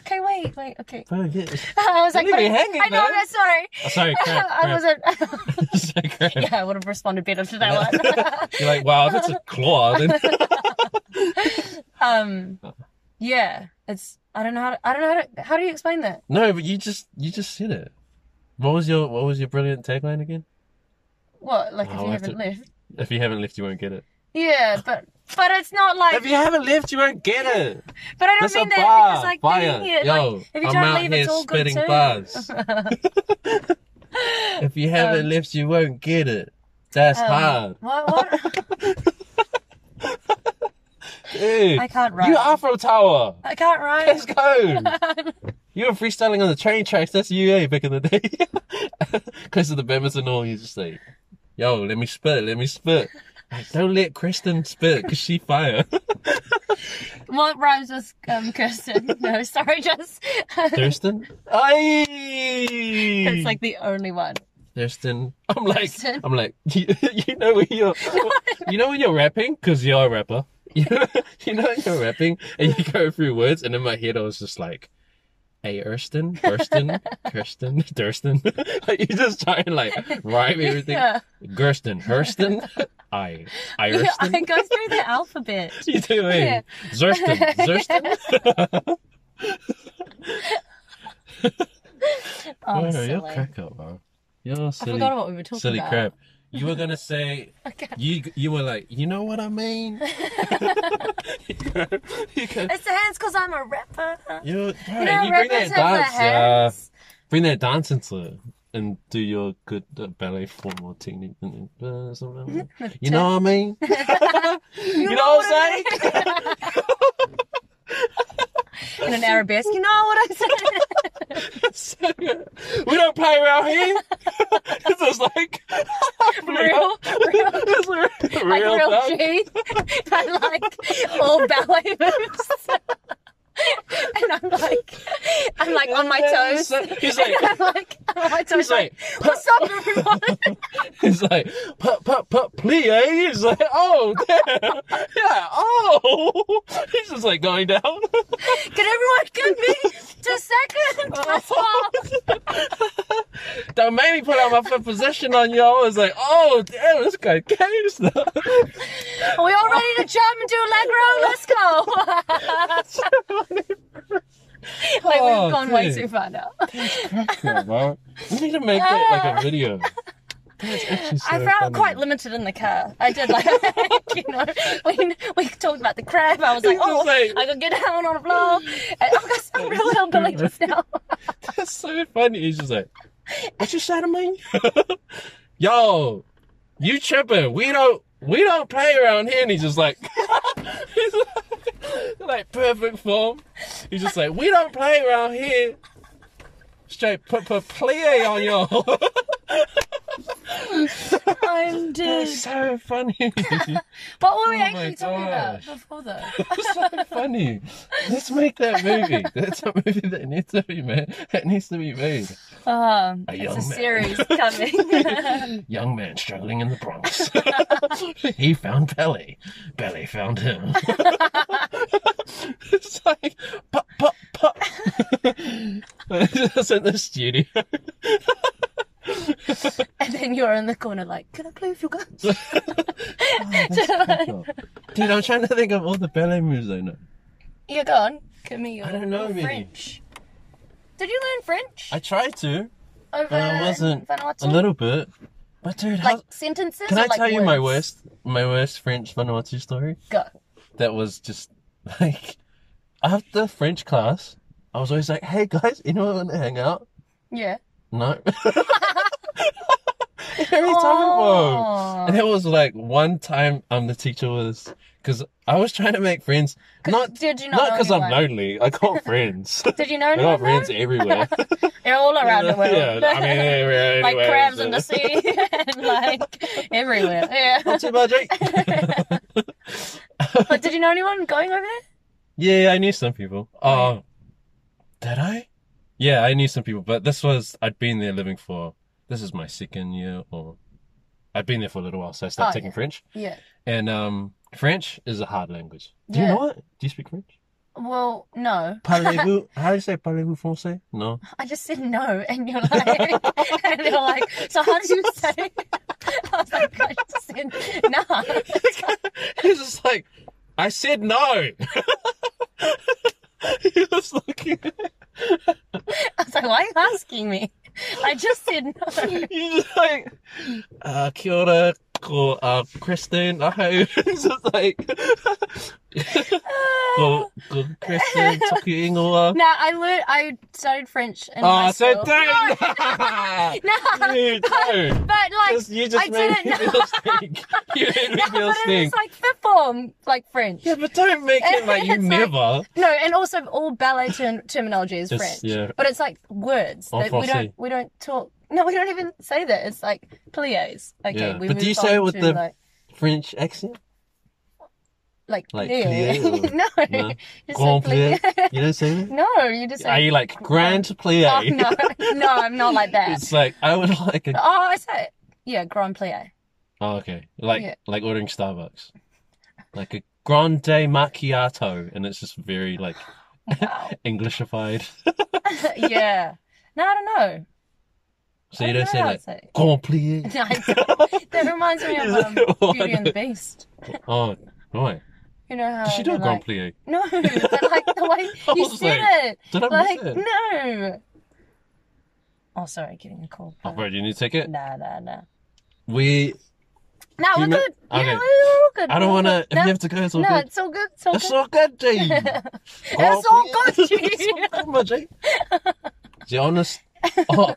S2: Okay, wait, wait. Okay.
S1: bro, yeah.
S2: I was like,
S1: Leave me
S2: wait,
S1: hanging,
S2: I know.
S1: man.
S2: I'm sorry.
S1: Oh, sorry, crap.
S2: I
S1: crap.
S2: wasn't.
S1: Sorry, crap.
S2: yeah, I would have responded better to that one.
S1: You're like, wow, that's a claw. Then.
S2: um, yeah. It's. I don't know how. To, I don't know how. To, how do you explain that?
S1: no, but you just you just said it. What was your what was your brilliant tagline again?
S2: What? Like if
S1: I'll
S2: you
S1: have
S2: haven't
S1: to-
S2: left.
S1: If you haven't left, you won't get it.
S2: Yeah, but but it's not like.
S1: If you haven't left, you won't get it.
S2: but I don't
S1: That's
S2: mean
S1: a
S2: that
S1: bar.
S2: because like
S1: Fire.
S2: being here,
S1: Yo,
S2: like if you
S1: I'm
S2: try
S1: out
S2: to leave, it's
S1: here
S2: all good
S1: spitting
S2: too.
S1: bars. If you haven't
S2: Um,
S1: left, you won't get it. That's
S2: Um,
S1: hard,
S2: What? What?
S1: dude.
S2: I can't rhyme.
S1: You are from Tower.
S2: I can't
S1: Let's
S2: write.
S1: go. You were freestyling on the train tracks. That's UA back in the day. Because of the Bambas and all, you just like, yo, let me spit, let me spit. Like, Don't let Kristen spit because she fire.
S2: what rhymes with um, Kirsten? No, sorry, just
S1: Thurston? Aye!
S2: it's like the only one.
S1: Thurston. I'm like,
S2: Thurston.
S1: I'm like, you, you know when you're, you know when you're rapping? Because you're a rapper. You know, you know when you're rapping and you go through words and in my head I was just like, Hey, Erston, Thurston, Kirsten, Thurston. like you just try and like rhyme everything.
S2: Yeah.
S1: Gersten, Hurston, I,
S2: Yeah, I
S1: Iriston.
S2: go through the alphabet.
S1: You do, eh? Zersten, Zersten.
S2: Oh,
S1: Bro,
S2: silly.
S1: you're crack up, bro. You're
S2: I
S1: silly,
S2: forgot what we were talking
S1: silly
S2: about.
S1: crap. You were gonna say,
S2: Okay.
S1: you you were like, you know what I mean? you go,
S2: It's the hands because I'm a rapper.
S1: you, bro,
S2: You know,
S1: you bring that
S2: rappers have their
S1: dance, uh, yeah.
S2: hands.
S1: Bring that dance into it and do your good uh, ballet form or technique. And, uh, something like that. You know what I mean? you know what I'm saying?
S2: In an arabesque, you know what I'm saying?
S1: we don't play around here. it's just like
S2: Real, real,
S1: It's real,
S2: like
S1: real
S2: real
S1: dog.
S2: G, but like all ballet moves. and I'm like, I'm like on my toes.
S1: He's like,
S2: I'm like, I'm on my toes.
S1: he's like,
S2: What's up, everyone?
S1: he's like, put, put, put, plie. He's like, oh, damn. yeah, oh. He's just like going down.
S2: Can everyone give me two seconds? That's all.
S1: Don't make me put out my fifth position on you. I was like, oh, damn, this guy gangster.
S2: Are we all ready to jump and do Allegro? Let's go. like,
S1: Oh,
S2: we've gone way
S1: dude.
S2: too far now.
S1: Come on, bro. We need to make that like a video. That's actually so
S2: I felt
S1: funny.
S2: quite limited in the car. I did like, you know, when we talked about the crab, I was like,
S1: It's just
S2: oh,
S1: like-
S2: I could get down on a vlog. And I've got some real hillbilly just now.
S1: That's so funny. He's just like, what you say to me? Yo, you tripping. We don't, we don't play around here. And he's just like, he's like, like perfect form. He's just like, we don't play around here. Straight put put plie on y'all.
S2: I'm dead.
S1: That's so funny.
S2: What were we
S1: Oh my
S2: actually talking about
S1: gosh.
S2: before though?
S1: That's so funny. Let's make that movie. That's a movie that needs to be made. It needs to be made.
S2: Um,
S1: A
S2: it's
S1: young
S2: a
S1: man.
S2: series coming.
S1: Young man struggling in the Bronx. he found Belly. Belly found him. it's like pop, pop, pop. That's in the studio.
S2: and then you're in the corner like, can I play with your guns?
S1: Dude, I'm trying to think of all the ballet moves I know.
S2: Yeah, go on. Give me your
S1: I don't know
S2: your
S1: many.
S2: French. Did you learn French?
S1: I tried to,
S2: over
S1: but I wasn't.
S2: Vanuatu?
S1: A little bit. But dude, how,
S2: like sentences.
S1: can
S2: or
S1: I
S2: like
S1: tell you my
S2: words?
S1: worst, my worst French Vanuatu story?
S2: Go.
S1: That was just like after French class, I was always like, "Hey guys, anyone want to hang out?"
S2: Yeah.
S1: No. Every time, bro.
S2: Oh.
S1: And it was like one time um the teacher was because I was trying to make friends.
S2: 'Cause
S1: Not
S2: did you not
S1: not
S2: know
S1: because I'm
S2: anyone?
S1: lonely. I got friends.
S2: Did you know
S1: I got
S2: anyone?
S1: friends
S2: Friends.
S1: everywhere.
S2: They're all around the world.
S1: Yeah, I mean everywhere.
S2: like
S1: anyway,
S2: crabs
S1: so-
S2: in the sea and like everywhere. Yeah.
S1: Not too bad, Jake.
S2: But did you know anyone going over there?
S1: yeah, I knew some people. Oh, did I? Yeah, I knew some people, but this was I'd been there living for. This is my second year, or I'd been there for a little while, so I started
S2: Oh,
S1: taking
S2: yeah.
S1: French.
S2: Yeah.
S1: And um, French is a hard language. Do
S2: Yeah.
S1: you know it? Do you speak French?
S2: Well, no.
S1: Parlez-vous? How do you say parlez-vous français? No.
S2: I just said no, and you're like, and you're like, so how did you say? I was like, I just said nah.
S1: He's just like, I said no. he was looking.
S2: I was like, why are you asking me? I just said no.
S1: He's just like, uh, kia ora, ko, uh, Kristen, aho. He's just like, ko, ko, Kristen, toku ingoa.
S2: Nah, I learned. I studied French in high
S1: Oh, so
S2: school.
S1: don't.
S2: No,
S1: You don't.
S2: but like,
S1: Just- you just
S2: I
S1: made me
S2: didn't know.
S1: feel stink. You made me
S2: no,
S1: feel
S2: but it was
S1: stink.
S2: like fifth form, like French.
S1: Yeah, but don't make it like you
S2: It's like-
S1: never.
S2: No, and also all ballet term- terminology is
S1: Just-
S2: French,
S1: yeah.
S2: but it's like words
S1: En
S2: that we
S1: français.
S2: don't we don't talk. No, we don't even say that. It's like pliés. Okay,
S1: Yeah.
S2: we
S1: But do you
S2: move
S1: say it
S2: on
S1: with
S2: to,
S1: the-
S2: like
S1: French accent?
S2: like,
S1: like
S2: plié.
S1: plié or-
S2: no,
S1: No.
S2: just
S1: Grand
S2: say
S1: plié? You don't say that?
S2: No, you just say
S1: Are you like grand plié?
S2: Oh, no, no, I'm not like that.
S1: It's like I would like a
S2: Oh, I say yeah, grand plié.
S1: Oh okay. Like
S2: Yeah.
S1: like ordering Starbucks. Like a grande macchiato and it's just very like
S2: Wow.
S1: Englishified.
S2: yeah. No, I don't know.
S1: So
S2: I
S1: you don't say
S2: know
S1: like
S2: how to say
S1: grand plié.
S2: it. No, I don't. That reminds me
S1: Is that
S2: of
S1: the
S2: um,
S1: one
S2: Beauty and the Beast.
S1: Oh right.
S2: You know how
S1: Did she do
S2: they're
S1: a grand
S2: Oh,
S1: plié?
S2: like- No, but like the way
S1: I
S2: you
S1: was
S2: said
S1: like,
S2: it.
S1: Did I
S2: Like,
S1: miss it?
S2: no. Oh, sorry, getting a call.
S1: Oh bro, do you need to take it?
S2: Nah, nah, nah.
S1: We
S2: No,
S1: Do
S2: we're
S1: you ma-
S2: good.
S1: Okay.
S2: Yeah, we're all good.
S1: I don't
S2: We're all
S1: wanna
S2: good.
S1: if
S2: No,
S1: you have to go it's all
S2: no,
S1: good.
S2: it's all good. It's all
S1: It's
S2: good.
S1: all good, G.
S2: It's all good, G.
S1: it's all good, my G. G, honest. Oh,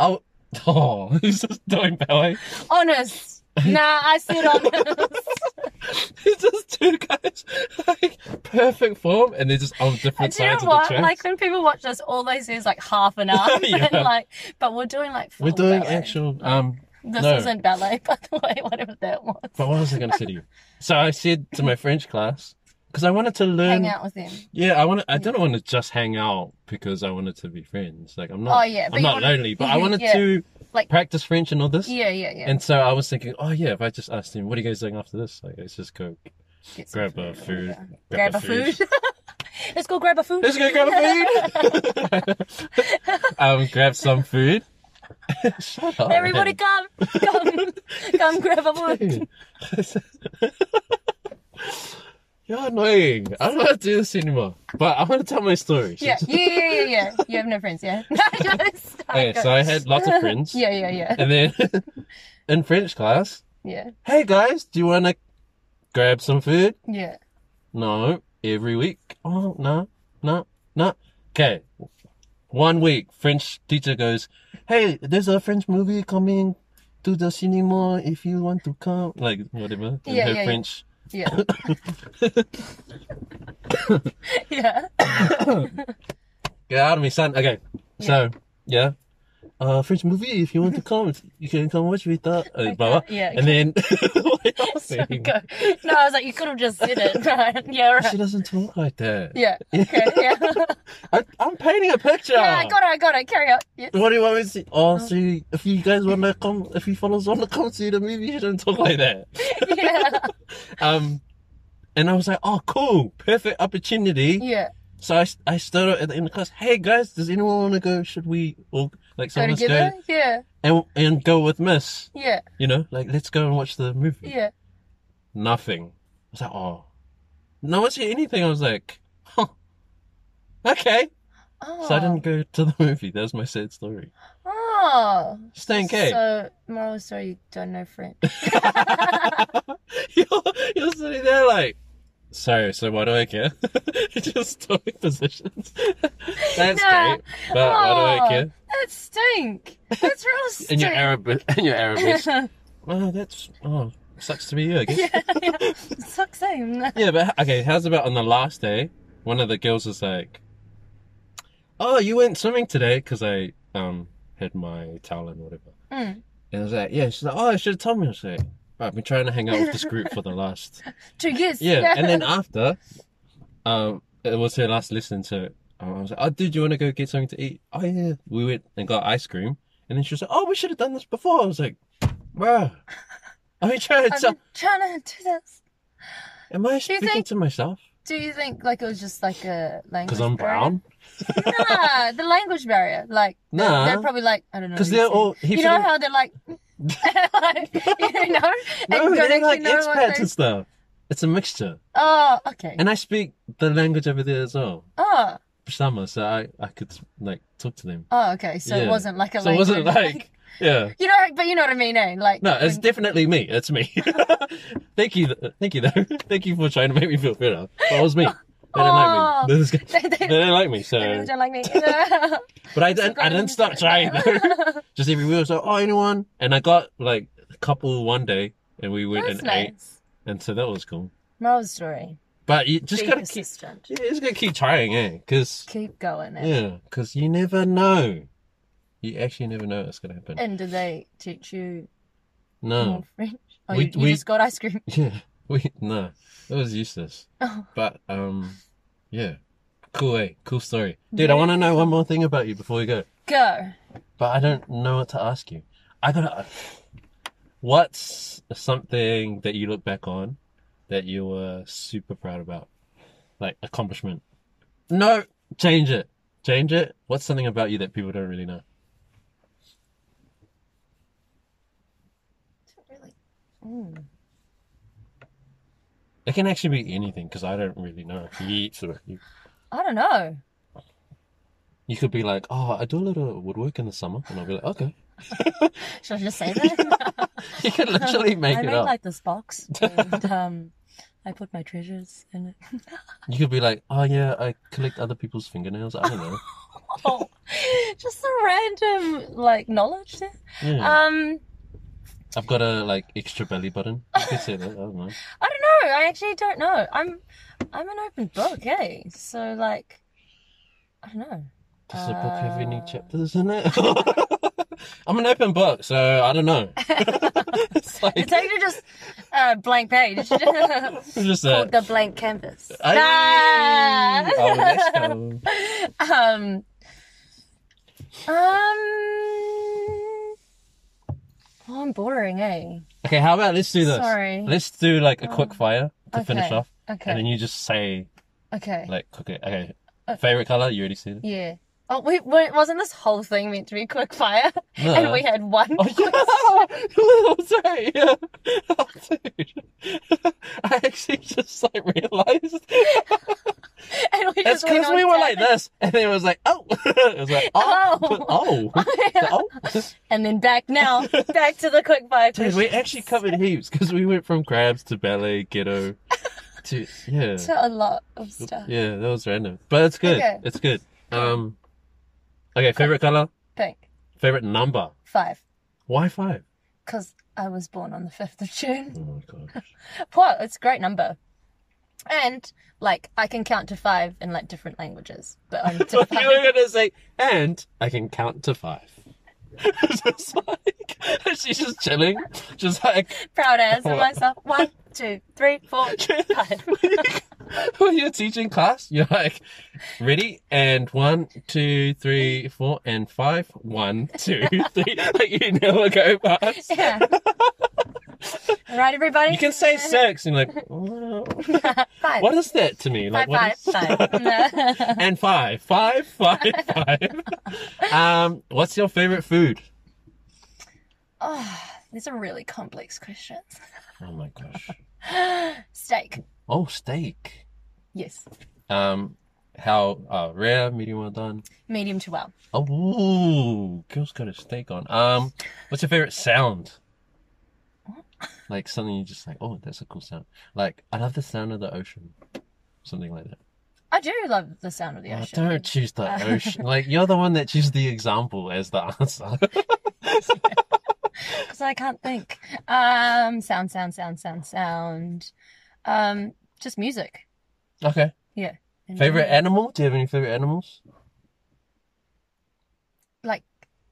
S1: oh, oh, he's just doing ballet.
S2: Honest. Nah, I said honest.
S1: It's just two guys, like, perfect form, and they're just on different
S2: Do you know
S1: sides of the
S2: what?
S1: track.
S2: Like when people watch us, all they see is like half an hour.
S1: Yeah.
S2: and, like, but we're doing like full
S1: We're doing
S2: ballet.
S1: actual, um,
S2: This
S1: no.
S2: isn't ballet, by the way. Whatever that was.
S1: but what was I going to say to you? So I said to my French class, because I wanted to learn.
S2: Hang out with them.
S1: Yeah, I want. I didn't want to just hang out because I wanted to be friends. Like I'm not.
S2: Oh, yeah, but
S1: I'm
S2: you
S1: not
S2: wanna-
S1: lonely, but I
S2: Mhm,
S1: wanted
S2: yeah.
S1: to
S2: Like-
S1: practice French and all this.
S2: Yeah, yeah, yeah.
S1: And so I was thinking, oh yeah, if I just asked him, what are you guys doing after this? Like, let's just go
S2: Get some
S1: grab a
S2: or
S1: food.
S2: whatever. Grab a food. Let's go grab a food.
S1: Let's go grab a food. um, grab some food. Shut up.
S2: Everybody come, come, come grab a food.
S1: man. You're annoying. I don't want to do this anymore. But I want to tell my story.
S2: Yeah, yeah, yeah, yeah, yeah. You have no friends, yeah.
S1: Okay, so I had lots of friends.
S2: Yeah, yeah, yeah,
S1: And then in French class,
S2: yeah,
S1: hey guys, do you want to grab some food?
S2: yeah.
S1: No, every week. Oh, no, no, no. Okay. One week, French teacher goes, Hey, there's a French movie coming to the cinema if you want to come. Like, whatever. In
S2: Yeah,
S1: her
S2: yeah, yeah.
S1: French.
S2: Yeah. yeah.
S1: Get out of me, son. Okay. So, yeah. Uh, French movie, if you want to come, you can come watch with us. Uh, blah, blah.
S2: yeah,
S1: And then, what else?
S2: So go. No, I was like, you could have just said it, right? Yeah,
S1: She
S2: right.
S1: doesn't talk like that.
S2: Yeah. Okay. Yeah.
S1: I, I'm painting a picture.
S2: yeah. I got it. I got it. Carry on. Yeah.
S1: What do you want me to see? Oh, so you- if you guys want to come, if you fellas want to come see the movie, you don't talk like that.
S2: Yeah.
S1: Um, and I was like, oh, cool, perfect opportunity.
S2: Yeah.
S1: So I, I stood up at the end of class. Hey guys, does anyone want to go? Should we all like
S2: Go
S1: some of us
S2: together.
S1: go
S2: Yeah.
S1: and and go with Miss?
S2: Yeah.
S1: You know, like let's go and watch the movie.
S2: Yeah.
S1: Nothing. I was like, oh, no one's here anything. I was like, Okay.
S2: Oh.
S1: So I didn't go to the movie. That was my sad story.
S2: Oh.
S1: Stan K.
S2: So, moral of the story, you don't know French.
S1: you're, you're sitting there like, sorry, so why do I care? You're just stopping positions. That's
S2: Nah. Oh,
S1: great, but why do I
S2: Aw,
S1: care?
S2: That stink. That's real stink.
S1: And your Arab, and your Arabic. oh, that's oh, sucks to be you, I guess.
S2: yeah, yeah. Sucks same.
S1: Yeah, but okay, how's about on the last day? One of the girls was like, "Oh, you went swimming today?" Because I um had my towel and whatever.
S2: Mm.
S1: And I was like, "Yeah." She's like, "Oh, I should have told me." I was like, "Right, "I've been trying to hang out with this group for the last
S2: Two years.
S1: yeah." And then after, um, it was her last lesson, so um, I was like, "Oh, dude, you want to go get something to eat?" Oh yeah, we went and got ice cream, and then she was like, "Oh, we should have done this before." I was like, "Bruh, I've been trying to
S2: I'm
S1: tell.
S2: trying to do this.
S1: Am I
S2: Do you
S1: speaking
S2: think-
S1: to myself?"
S2: Do you think like it was just like a language?
S1: Because I'm
S2: barrier?
S1: brown.
S2: nah, the language barrier. Like they're-
S1: Nah.
S2: they're, probably like I don't know.
S1: Because
S2: these
S1: they're
S2: things.
S1: all. He
S2: You know
S1: shouldn't-
S2: how they're like, like, you know,
S1: no,
S2: and don't
S1: they're
S2: actually
S1: like
S2: know what
S1: expats
S2: they-
S1: and stuff. It's a mixture.
S2: Oh, okay.
S1: And I speak the language over there as well.
S2: oh,
S1: Sama, so I, I could, like, talk to them.
S2: oh, okay. So
S1: Yeah.
S2: it wasn't like a
S1: So it
S2: language.
S1: wasn't like. Yeah.
S2: you know, but you know what I mean, eh? Like
S1: No, it's
S2: when-
S1: definitely me. It's me. thank you. th- Thank you, though. thank you for trying to make me feel better. That was me. They didn't like me. This is-
S2: they, they,
S1: Oh. They didn't like me,
S2: they really
S1: so.
S2: don't like me.
S1: But I didn't, uh, I didn't stop trying, though. Just every week, I was like, oh, anyone? And I got, like, a couple one day, and we went
S2: That's
S1: and ate.
S2: nice.
S1: And so that was cool.
S2: Moral story.
S1: But you just
S2: Be
S1: gotta keep.
S2: persistent.
S1: Yeah, it's gonna keep trying, eh? Because
S2: Keep going. Eh?
S1: yeah, because you never know. You actually never know what's gonna happen.
S2: And did they teach you more
S1: No,
S2: French? Oh,
S1: We-
S2: you, you
S1: we-
S2: just got ice cream.
S1: yeah, we no, it was useless.
S2: Oh,
S1: But um, yeah, cool, eh? Cool story, dude. I
S2: Yeah.
S1: want to know one more thing about you before we go,
S2: go.
S1: but I don't know what to ask you. I gotta. What's something that you look back on that you were super proud about, like accomplishment? No, change it, change it. What's something about you that people don't really know?
S2: Really? Mm.
S1: It can actually be anything because I don't really know. Yeet, sort of. You,
S2: I don't know.
S1: you could be like, oh, I do a little woodwork in the summer, and I'll be like, okay.
S2: Should I just say that?
S1: You could literally make
S2: I
S1: it
S2: made
S1: up.
S2: like this box, and um, I put my treasures in it.
S1: You could be like, oh yeah, I collect other people's fingernails. I don't know.
S2: Oh, just the random like knowledge there.
S1: Yeah.
S2: Um,
S1: I've got a like extra belly button. You could say that. I don't know.
S2: I don't know. I actually don't know. I'm, I'm an open book, eh? So like, I don't know.
S1: Does the book have any
S2: Uh.
S1: chapters in it? I'm an open book, so I don't know. it's like
S2: It's actually just a blank page. Called
S1: just that.
S2: the blank canvas.
S1: Hey!
S2: Ah!
S1: Oh, let's go.
S2: um um Oh, I'm boring, eh?
S1: Okay, how about let's do this?
S2: Sorry.
S1: Let's do like a
S2: Oh.
S1: quick fire to finish
S2: Okay.
S1: off, and then
S2: Okay.
S1: you just say
S2: Okay. Uh,
S1: like cook it. Okay.
S2: Okay.
S1: Favorite color? You already said it.
S2: Yeah. Oh, wait, wait, wasn't this whole thing meant to be quick fire?
S1: No.
S2: And we had one.
S1: Uh-huh. Oh yeah, Oh, sorry. Yeah. Oh, dude. I actually just like realized
S2: and we
S1: it's
S2: just went
S1: because
S2: on
S1: we were like
S2: tangent.
S1: this, and then it was like oh, it was like oh, but- oh, oh.
S2: And then back now, back to the quick fire.
S1: Dude, we actually covered heaps because we went from crabs to ballet, ghetto, to yeah,
S2: to a lot of stuff.
S1: yeah. That was random, but it's good.
S2: Okay.
S1: It's good. Um, okay. Favorite color.
S2: Pink.
S1: Favorite number.
S2: Five.
S1: Why five?
S2: Because I was born on the 5th of June.
S1: Oh my god.
S2: Well, it's a great number. And like I can count to five in like different languages, but only to
S1: you
S2: five.
S1: were gonna say, and I can count to five. just like she's just chilling, just like
S2: Proud as of myself. One, two, three, four, five.
S1: when you're teaching class, you're like, ready and one, two, three, four, and five. One, two, three. Like you never go past.
S2: Yeah. All right, everybody.
S1: You can say six, and you're like, "Oh."
S2: five.
S1: what is that to me? Like,
S2: Five,
S1: what
S2: five,
S1: is-
S2: five.
S1: and five, five, five, five. um, what's your favorite food?
S2: oh, these are really complex questions.
S1: Oh my gosh.
S2: Steak.
S1: Oh, steak.
S2: Yes.
S1: Um, how uh, rare, medium well done.
S2: Medium to well.
S1: Oh, ooh, girl's got a steak on. Um, what's your favorite sound? Like something you just like, oh, that's a cool sound. Like I love the sound of the ocean, something like that.
S2: I do love the sound of the
S1: Oh,
S2: ocean.
S1: don't choose the
S2: Uh,
S1: ocean. Like you're the one that chooses the example as the answer.
S2: because I can't think. Um, sound, sound, sound, sound, sound. Um, just music.
S1: okay.
S2: in
S1: Favorite
S2: general.
S1: animal? Do you have any favorite animals?
S2: like,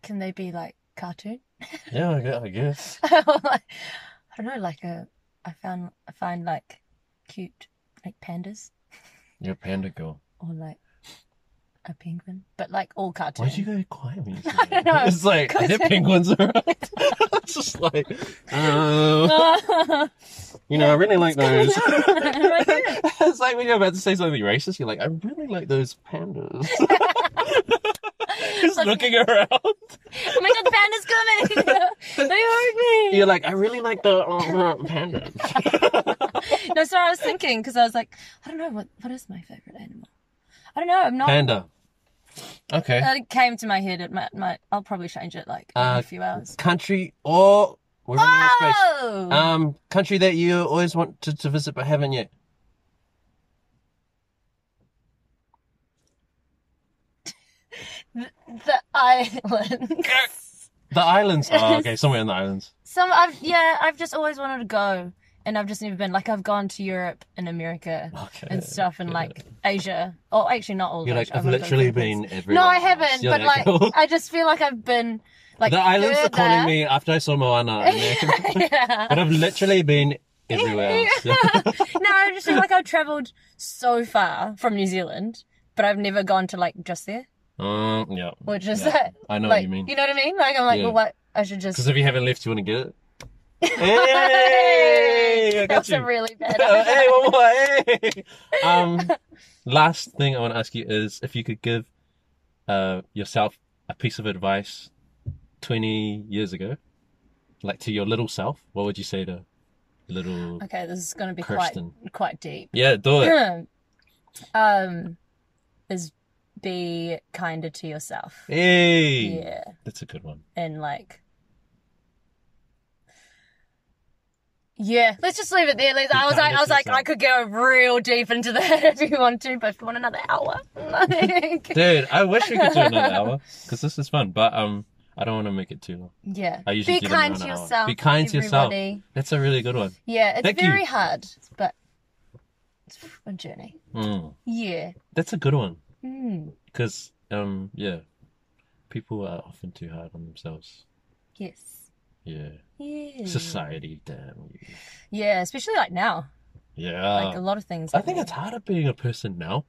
S2: can they be like cartoon?
S1: Yeah, I gue- I guess.
S2: Or, like, I don't know. Like a, I found I find like cute like pandas
S1: You're a panda girl.
S2: or like a penguin, but like all cartoon.
S1: Why'd you go quiet when you said
S2: I
S1: that?
S2: don't know.
S1: It's like, are there
S2: 'Cause-
S1: penguins around? it's just like, uh,
S2: Oh
S1: you know, I really like those.
S2: Right there.
S1: it's like when you're about to say something racist, you're like, I really like those pandas. just
S2: Like-
S1: looking around.
S2: oh my god, the panda's coming! they heard me.
S1: You're like, I really like the uh, pandas.
S2: No, sorry, I was thinking because I was like, I don't know what what is my favorite animal. I don't know. I'm not.
S1: Panda. Okay.
S2: That came to my head. It might, might. I'll probably change it like in
S1: Uh,
S2: a few hours.
S1: country or we're running out of space.
S2: Oh,
S1: Um, country that you always wanted to visit but haven't yet.
S2: the island.
S1: The islands. Oh, okay, somewhere in the islands.
S2: Some. I've yeah. I've just always wanted to go, and I've just never been. Like I've gone to Europe and America
S1: Okay.
S2: and stuff, and
S1: yeah.
S2: like Asia. Or actually, not all. of
S1: You're like
S2: Asia.
S1: I've
S2: wanna go to
S1: literally
S2: the Philippines.
S1: been everywhere.
S2: No, I
S1: else.
S2: haven't.
S1: You're
S2: But
S1: that
S2: like,
S1: girl.
S2: I just feel like I've been like
S1: the islands are calling
S2: further.
S1: me after I saw Moana. and everything.
S2: yeah.
S1: but I've literally been everywhere
S2: no,
S1: else.
S2: I just feel like I've travelled so far from New Zealand, but I've never gone to like just there,
S1: um, yeah.
S2: which is
S1: Yeah.
S2: that.
S1: I know
S2: like,
S1: what you mean.
S2: know what I mean? Like I'm like,
S1: Yeah.
S2: well, what? I should just.
S1: Because if you haven't left, you want to get it. hey, I
S2: that
S1: got
S2: was
S1: you.
S2: a really bad.
S1: Oh, hey, one more. Hey. Um, last thing I want to ask you is if you could give uh, yourself a piece of advice 20 years ago, like to your little self, what would you say to little
S2: okay, this is going to be
S1: Kirsten?
S2: quite quite deep.
S1: Yeah, do it.
S2: um, is be kinder to yourself.
S1: Hey,
S2: Yeah,
S1: that's a good one.
S2: and like. Yeah, let's just leave it there. Let's,
S1: Be
S2: I was like,
S1: kinder
S2: I was
S1: to
S2: like,
S1: yourself.
S2: I could go real deep into that if you want to, but if you want another hour, like,
S1: Dude, I wish we could do another hour because this is fun, but um, I don't want to make it too long.
S2: Yeah.
S1: I usually
S2: Be
S1: do them
S2: kind
S1: in
S2: to
S1: an hour.
S2: yourself.
S1: Be kind to yourself.
S2: everybody.
S1: That's a really good one.
S2: Yeah, it's
S1: Thank you.
S2: very hard, but it's a journey.
S1: Mm,
S2: Yeah.
S1: that's a good one.
S2: Mm.
S1: Because, um, yeah, people are often too hard on themselves.
S2: Yes.
S1: Yeah.
S2: Yeah.
S1: Society, damn you.
S2: Yeah, especially like now. Like a
S1: Yeah.
S2: lot of things.
S1: Um, I think it's harder being a person now.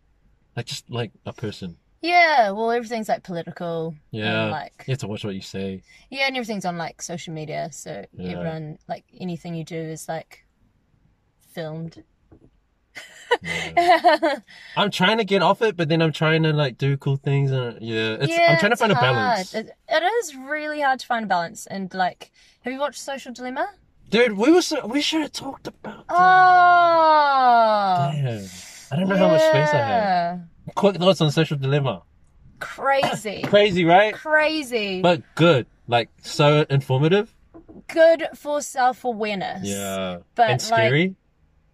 S1: Like, just like a person.
S2: Yeah, well, everything's like political.
S1: Yeah.
S2: And like,
S1: You have to watch what you say.
S2: yeah, and everything's on like social media, so
S1: Yeah.
S2: everyone, like, anything you do is like filmed.
S1: Yeah.
S2: yeah,
S1: I'm trying to get off it, but then I'm trying to like do cool things. And yeah, it's, I'm trying to
S2: it's
S1: find a
S2: hard.
S1: balance.
S2: It, it is really hard to find a balance. And like, have you watched Social Dilemma?
S1: Dude, we were so, we should have talked about
S2: Oh.
S1: that. Damn. I don't know how much space I have.
S2: Ah! Yeah.
S1: Quick thoughts on social dilemma.
S2: Crazy.
S1: Crazy, right?
S2: Crazy.
S1: But good. Like, so informative.
S2: Good for self awareness.
S1: Yeah.
S2: But
S1: and scary.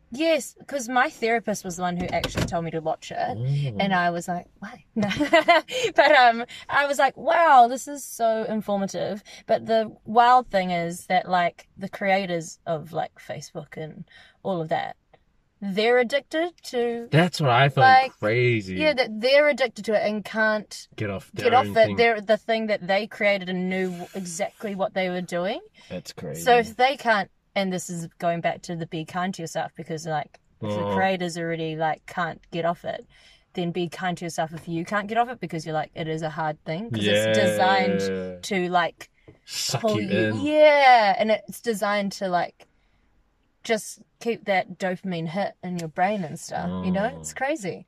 S2: Yes, because my therapist was the one who actually told me to watch it.
S1: Mm.
S2: And I was like, why? No. but um, I was like, wow, this is so informative. But the wild thing is that like the creators of like Facebook and all of that, they're addicted to
S1: That's what I found
S2: Like,
S1: crazy.
S2: yeah, that they're addicted to it and can't
S1: get off.
S2: get
S1: Mm. their
S2: off
S1: own
S2: it.
S1: thing.
S2: They're the thing that they created and knew exactly what they were doing.
S1: That's crazy.
S2: So if they can't, and this is going back to the be kind to yourself because like if the
S1: Oh.
S2: creators already like can't get off it, then be kind to yourself if you can't get off it because you're like it is a hard thing because it's designed
S1: Oh. Yeah.
S2: to like
S1: suck
S2: pull
S1: you in.
S2: yeah, and it's designed to like just keep that dopamine hit in your brain and stuff. You know,
S1: Oh.
S2: it's crazy.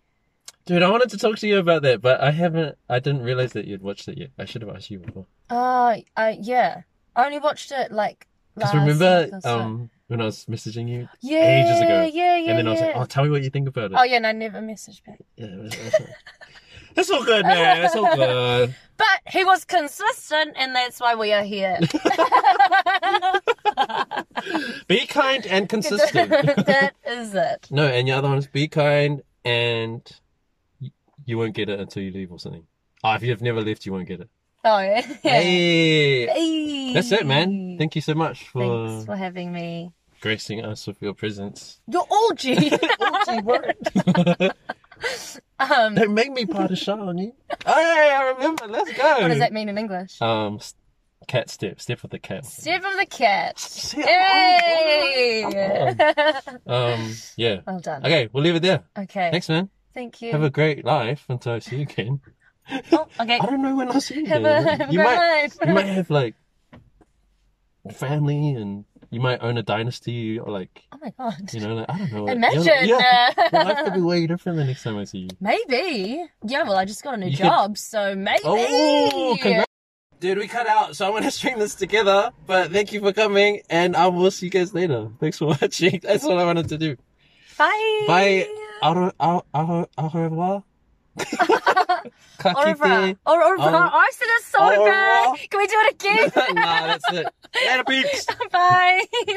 S1: Dude, I wanted to talk to you about that, but I haven't. I didn't
S2: Uh,
S1: realize that you'd watched it yet. I should have asked you before.
S2: Oh, I yeah. I only watched it like
S1: Because
S2: Last
S1: remember
S2: circle, so-
S1: um, when I was messaging you?
S2: yeah,
S1: ago,
S2: Yeah, yeah,
S1: and then I was like,
S2: yeah.
S1: oh, tell me what you think about it.
S2: Oh yeah, and I never messaged back.
S1: Yeah, it was- it was- it's all good, man. It's all good.
S2: But he was consistent, and that's why we are here.
S1: Be kind and consistent.
S2: that is it.
S1: no, and the other one is be kind and y- you won't get it until you leave or something. Oh, if you've never left, you won't get it.
S2: Oh yeah.
S1: Hey.
S2: Hey.
S1: That's it, man. Thank you so much for
S2: Thanks for having me.
S1: gracing us with your presence.
S2: You're all G. um,
S1: Don't make me part of Sean. you. Oh, yeah, I remember. Let's go.
S2: what does that mean in English?
S1: Um, s- cat step. Step with the cat.
S2: Step of the cat.
S1: Step.
S2: Hey.
S1: oh, Um, yeah.
S2: well done. Okay.
S1: Okay, we'll leave it there. Thanks, man.
S2: Thank you.
S1: Have a great life until I see you again.
S2: oh, okay.
S1: I don't know when I'll see you
S2: Have a,
S1: again.
S2: have a
S1: you
S2: great
S1: might,
S2: night.
S1: you might have like family, and you might own a dynasty, or like
S2: Oh my god.
S1: you know, like, I don't know.
S2: Imagine.
S1: Your, yeah,
S2: uh,
S1: your life could be way different the next time I see you.
S2: Maybe. Yeah, well, I just got a new
S1: You could-
S2: job, so maybe.
S1: Oh, congrats. Dude, we cut out, so I'm gonna string this together. But thank you for coming, and I will see you guys later. Thanks for watching. That's all I wanted to do.
S2: Bye.
S1: Bye. Au, re- au, au, au revoir. Ka
S2: Au revoir.
S1: kite.
S2: Au revoir.
S1: Au-
S2: I said it so
S1: Au revoir.
S2: bad. Can we do it again?
S1: nah, that's it. Later, peeps.
S2: Bye.